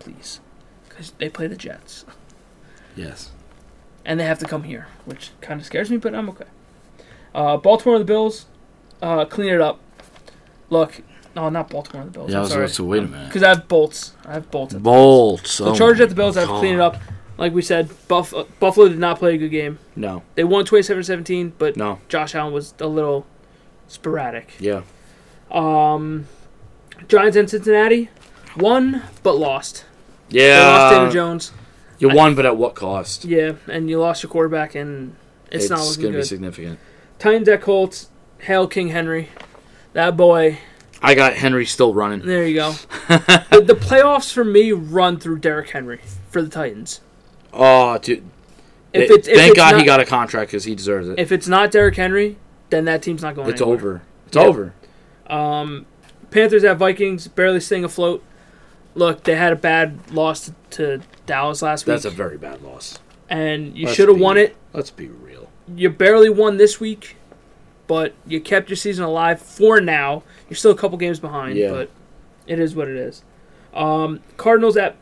B: please, because they play the Jets
A: Yes.
B: and they have to come here, which kind of scares me, but I'm okay. Uh, Baltimore and the Bills, uh, clean it up. Look, no, not Baltimore and the Bills.
A: Yeah, I
B: I'm
A: was
B: sorry.
A: about to oh say, wait a minute.
B: Because I have bolts. I have bolts. at the Bills.
A: Bolts.
B: The Chargers at the Bills. I have to clean it up. Like we said, Buff- Buffalo did not play a good game.
A: No,
B: They won 27-17, but
A: no.
B: Josh Allen was a little sporadic.
A: Yeah.
B: Um, Giants and Cincinnati won but lost. They lost Daniel
A: Yeah.
B: Jones.
A: You won, but at what cost?
B: Yeah, and you lost your quarterback, and it's, not looking
A: gonna be
B: good.
A: significant.
B: Titans at Colts. Hail King Henry. That boy.
A: I got Henry still running.
B: There you go. the, the playoffs for me run through Derrick Henry for the Titans.
A: Oh, dude.
B: If
A: It-
B: it's, if
A: thank
B: it's
A: God
B: not,
A: he got a contract because he deserves it.
B: If it's not Derrick Henry, then that team's not going.
A: it's
B: anywhere.
A: over. It's
B: Yeah.
A: over.
B: Panthers at Vikings, barely staying afloat. Look, they had a bad loss to, to Dallas last week,
A: That's a very bad loss.
B: and you
A: Let's
B: should have
A: be-
B: won it.
A: Let's be real.
B: You barely won this week, but you kept your season alive for now. You're still a couple games behind,
A: Yeah.
B: but it is what it is. Um, Cardinals at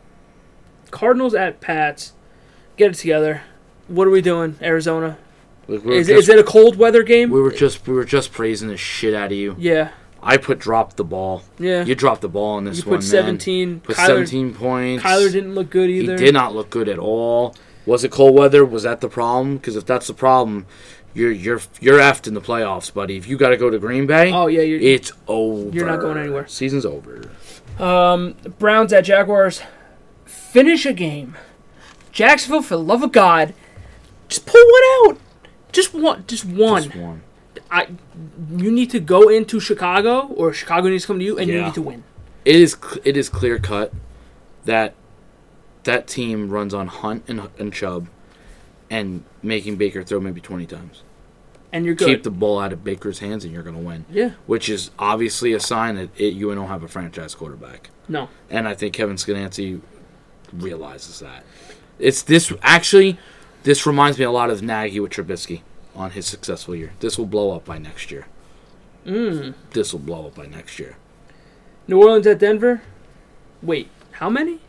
B: Cardinals at Pats, get it together. What are we doing, Arizona?
A: Look, we were,
B: Is,
A: just,
B: is it a cold weather game?
A: we were just we were just praising the shit out of you.
B: yeah,
A: I put drop the ball.
B: yeah.
A: You dropped the ball on this
B: You
A: one.
B: put
A: man.
B: 17.
A: Put
B: Kyler,
A: 17 points.
B: Kyler didn't look good
A: He
B: either.
A: did not look good at all. Was it cold weather? Was that the problem? Because if that's the problem, you're you're you're effed in the playoffs, buddy. If you got to go to Green Bay,
B: Oh yeah, you're,
A: it's over.
B: You're not going anywhere.
A: Season's over.
B: Um, Browns at Jaguars. Finish a game. Jacksonville, for the love of God, just pull one out. Just one. Just one.
A: Just one.
B: I, you need to go into Chicago, or Chicago needs to come to you, and you
A: Yeah.
B: need to win.
A: It is cl- it is clear cut that that team runs on Hunt and and Chubb, and making Baker throw maybe 20 times.
B: And you're good.
A: Keep the ball out of Baker's hands, and you're going to win.
B: yeah.
A: Which is obviously a sign that it, you don't have a franchise quarterback.
B: No.
A: and I think Kevin Scanancy realizes that. It's this actually. This reminds me a lot of Nagy with Trubisky on his successful year. This will blow up by next year. Mm. This will blow up by next year.
B: New Orleans at Denver. Wait, how many?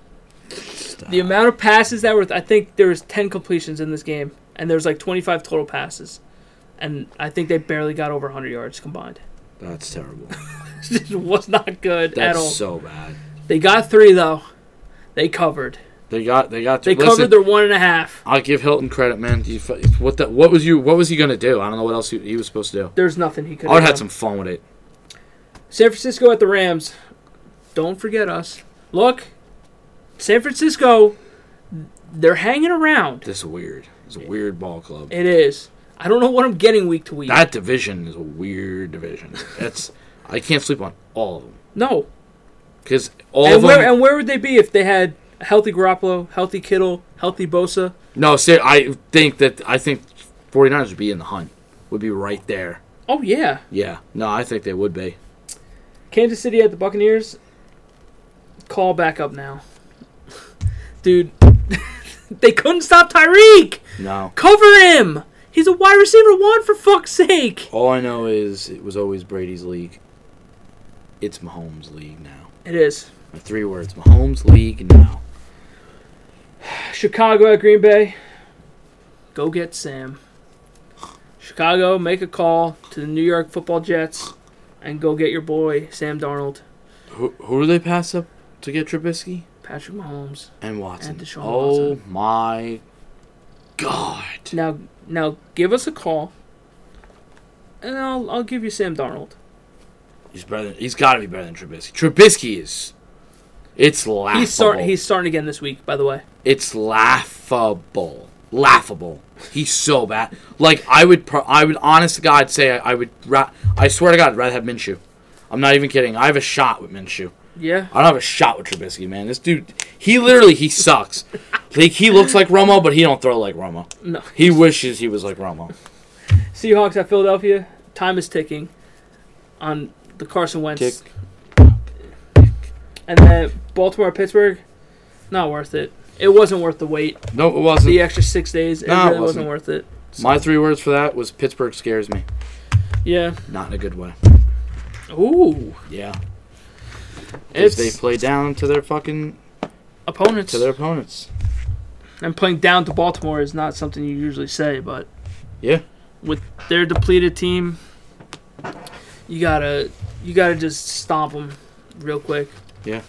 B: The amount of passes that were, I think there was ten completions in this game, and there was like twenty five total passes, and I think they barely got over hundred yards combined.
A: That's terrible.
B: It was not good at all.
A: That's so bad.
B: They got three though. They covered.
A: They got they got
B: They covered their one and a half.
A: I'll give Hilton credit, man. You fu- what the, what was you what was he gonna do? I don't know what else he, he was supposed to do.
B: There's nothing he could.
A: I would had some fun with it.
B: San Francisco at the Rams. Don't forget us. Look, San Francisco. They're hanging around.
A: This is weird. It's a weird ball club.
B: It is. I don't know what I'm getting week to week.
A: that division is a weird division. That's I can't sleep on all of them
B: no.
A: because all of
B: And
A: them.
B: where and where would they be if they had a healthy Garoppolo, healthy Kittle, healthy Bosa?
A: No, ser- I think that I think 49ers would be in the hunt. Would be right there.
B: Oh yeah.
A: Yeah. No, I think they would be.
B: Kansas City at the Buccaneers. Call back up now. Dude, they couldn't stop Tyreek.
A: No.
B: Cover him. He's a wide receiver one for fuck's sake.
A: All I know is it was always Brady's league. It's Mahomes' league now.
B: It is.
A: My three words: Mahomes' league now.
B: Chicago at Green Bay. Go get Sam. Chicago, make a call to the New York Football Jets and go get your boy Sam Darnold,
A: Who who do they pass up to get Trubisky
B: Patrick Mahomes.
A: and Watson?
B: And Deshaun
A: oh
B: Watson.
A: my God!
B: Now, now give us a call, and I'll I'll give you Sam Darnold.
A: He's better. Than, he's got to be better than Trubisky. Trubisky is. It's laughable.
B: He's start he's starting again this week, by the way.
A: It's laughable. Laughable. He's so bad. Like I would, pro- I would, honest to God, say I, I would. Ra- I swear to God, I'd rather have Minshew. I'm not even kidding. I have a shot with Minshew.
B: Yeah,
A: I don't have a shot with Trubisky, man. This dude, he literally, he sucks. Like he looks like Romo, but he don't throw like Romo.
B: no.
A: He wishes he was like Romo.
B: Seahawks at Philadelphia. Time is ticking on the Carson Wentz.
A: Tick.
B: And then Baltimore, Pittsburgh, not worth it. It wasn't worth the wait.
A: No, it wasn't.
B: The extra six days, it
A: No, it
B: really
A: wasn't.
B: wasn't. worth it.
A: My three words for that was Pittsburgh scares me.
B: Yeah.
A: Not in a good way.
B: Ooh.
A: Yeah, if
B: It's
A: they play down to their fucking
B: opponents.
A: to their opponents.
B: And playing down to Baltimore is not something you usually say, but
A: Yeah.
B: with their depleted team, you gotta you gotta just stomp them real quick.
A: Yeah.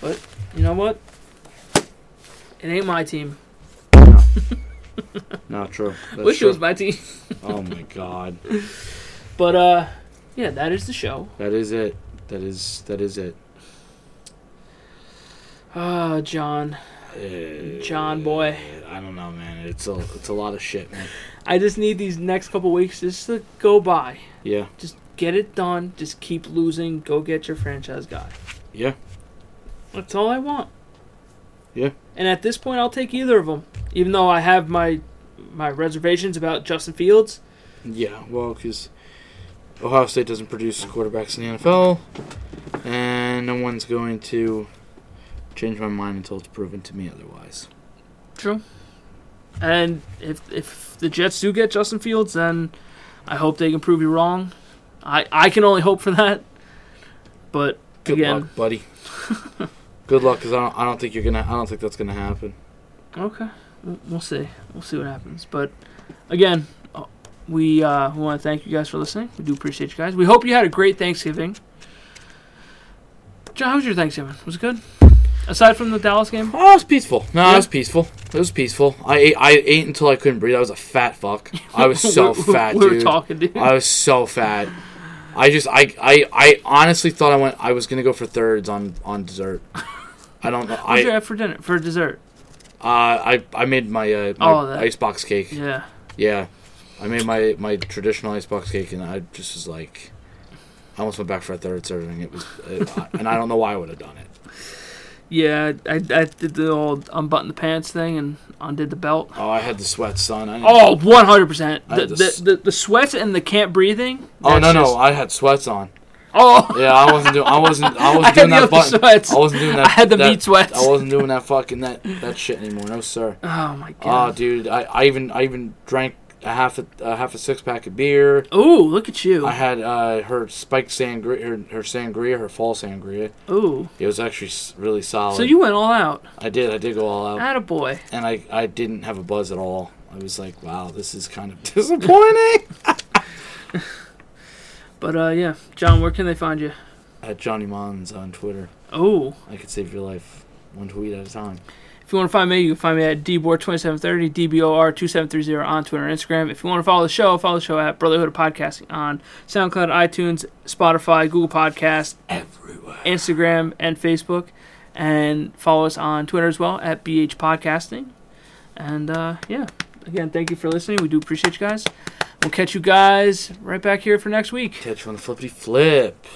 B: But you know what? It ain't my team.
A: Not true. That's
B: Wish
A: true.
B: it was my team.
A: oh my God.
B: But uh, yeah, that is the show.
A: That is it. That is that is it.
B: Ah, John,
A: Uh,
B: John boy.
A: I don't know, man. It's a it's a lot of shit, man.
B: I just need these next couple weeks just to go by.
A: Yeah,
B: Just Get it done. Just keep losing. Go get your franchise guy.
A: Yeah.
B: That's all I want.
A: Yeah.
B: And at this point, I'll take either of them, even though I have my my reservations about Justin Fields.
A: Yeah, well, because Ohio State doesn't produce quarterbacks in the NFL, and no one's going to change my mind until it's proven to me otherwise.
B: True. And if if the Jets do get Justin Fields, then I hope they can prove you wrong. I I can only hope for that. But
A: Good
B: again,
A: luck, buddy. Good luck, because I don't, I don't think you're gonna. I don't think that's gonna happen.
B: okay, we'll, we'll see. We'll see what happens. But again, uh, we uh, we want to thank you guys for listening. We do appreciate you guys. We hope you had a great Thanksgiving. John, how was your Thanksgiving? Was it good? Aside from the Dallas game,
A: Oh, it was peaceful. No,
B: Yeah.
A: it was peaceful. It was peaceful. I ate, I ate until I couldn't breathe. I was a fat fuck. I was so
B: we,
A: fat,
B: we, we
A: dude.
B: were talking, dude.
A: I was so fat. I just I, I I honestly thought I went I was gonna go for thirds on on dessert. I don't know.
B: what did you
A: I uh,
B: have for dinner? For dessert?
A: I I made my uh my
B: Oh, that-
A: icebox cake. Yeah.
B: Yeah.
A: I made my my traditional icebox cake and I just was like I almost went back for a third serving. It was it, I, and I don't know why I would have done it.
B: Yeah, I, I did the old unbutton the pants thing and undid the belt.
A: Oh, I had the sweat, son. I didn't-
B: Oh, 100%.
A: I
B: The,
A: had this-
B: the, the, the sweats and the can't breathing.
A: Oh no
B: that's
A: no!
B: just-
A: I had sweats on.
B: Oh,
A: Yeah, I wasn't doing. I wasn't. I
B: I
A: wasn't
B: had
A: doing
B: the
A: that
B: other
A: button.
B: sweats.
A: I wasn't doing that.
B: I had the
A: that-
B: meat sweats.
A: I wasn't doing that fucking that that shit anymore. No sir.
B: oh my
A: Oh,
B: god.
A: dude, I, I even I even drank a half a, a half a six pack of beer.
B: Ooh, look at you.
A: Uh, I had uh, her spiked sangria, her, her sangria, her fall sangria.
B: Ooh.
A: It was actually s- really solid.
B: So you went all out.
A: I did, I did go all out,
B: Attaboy.
A: and I I didn't have a buzz at all. I was like, wow, this is kind of disappointing.
B: But uh, yeah, John, where can they find you?
A: at Johnny Mons on Twitter,
B: Oh,
A: I could save your life one tweet at a time.
B: if you want to find me, you can find me at dbor2730, dbor2730 on Twitter and Instagram. If you want to follow the show, follow the show at Brotherhood of Podcasting on SoundCloud, iTunes, Spotify, Google Podcast,
A: Everywhere.
B: Instagram and Facebook, and follow us on Twitter as well at BH Podcasting. And uh, yeah, again, thank you for listening. We do appreciate you guys. We'll catch you guys right back here for next week.
A: Catch you on the flippity flip.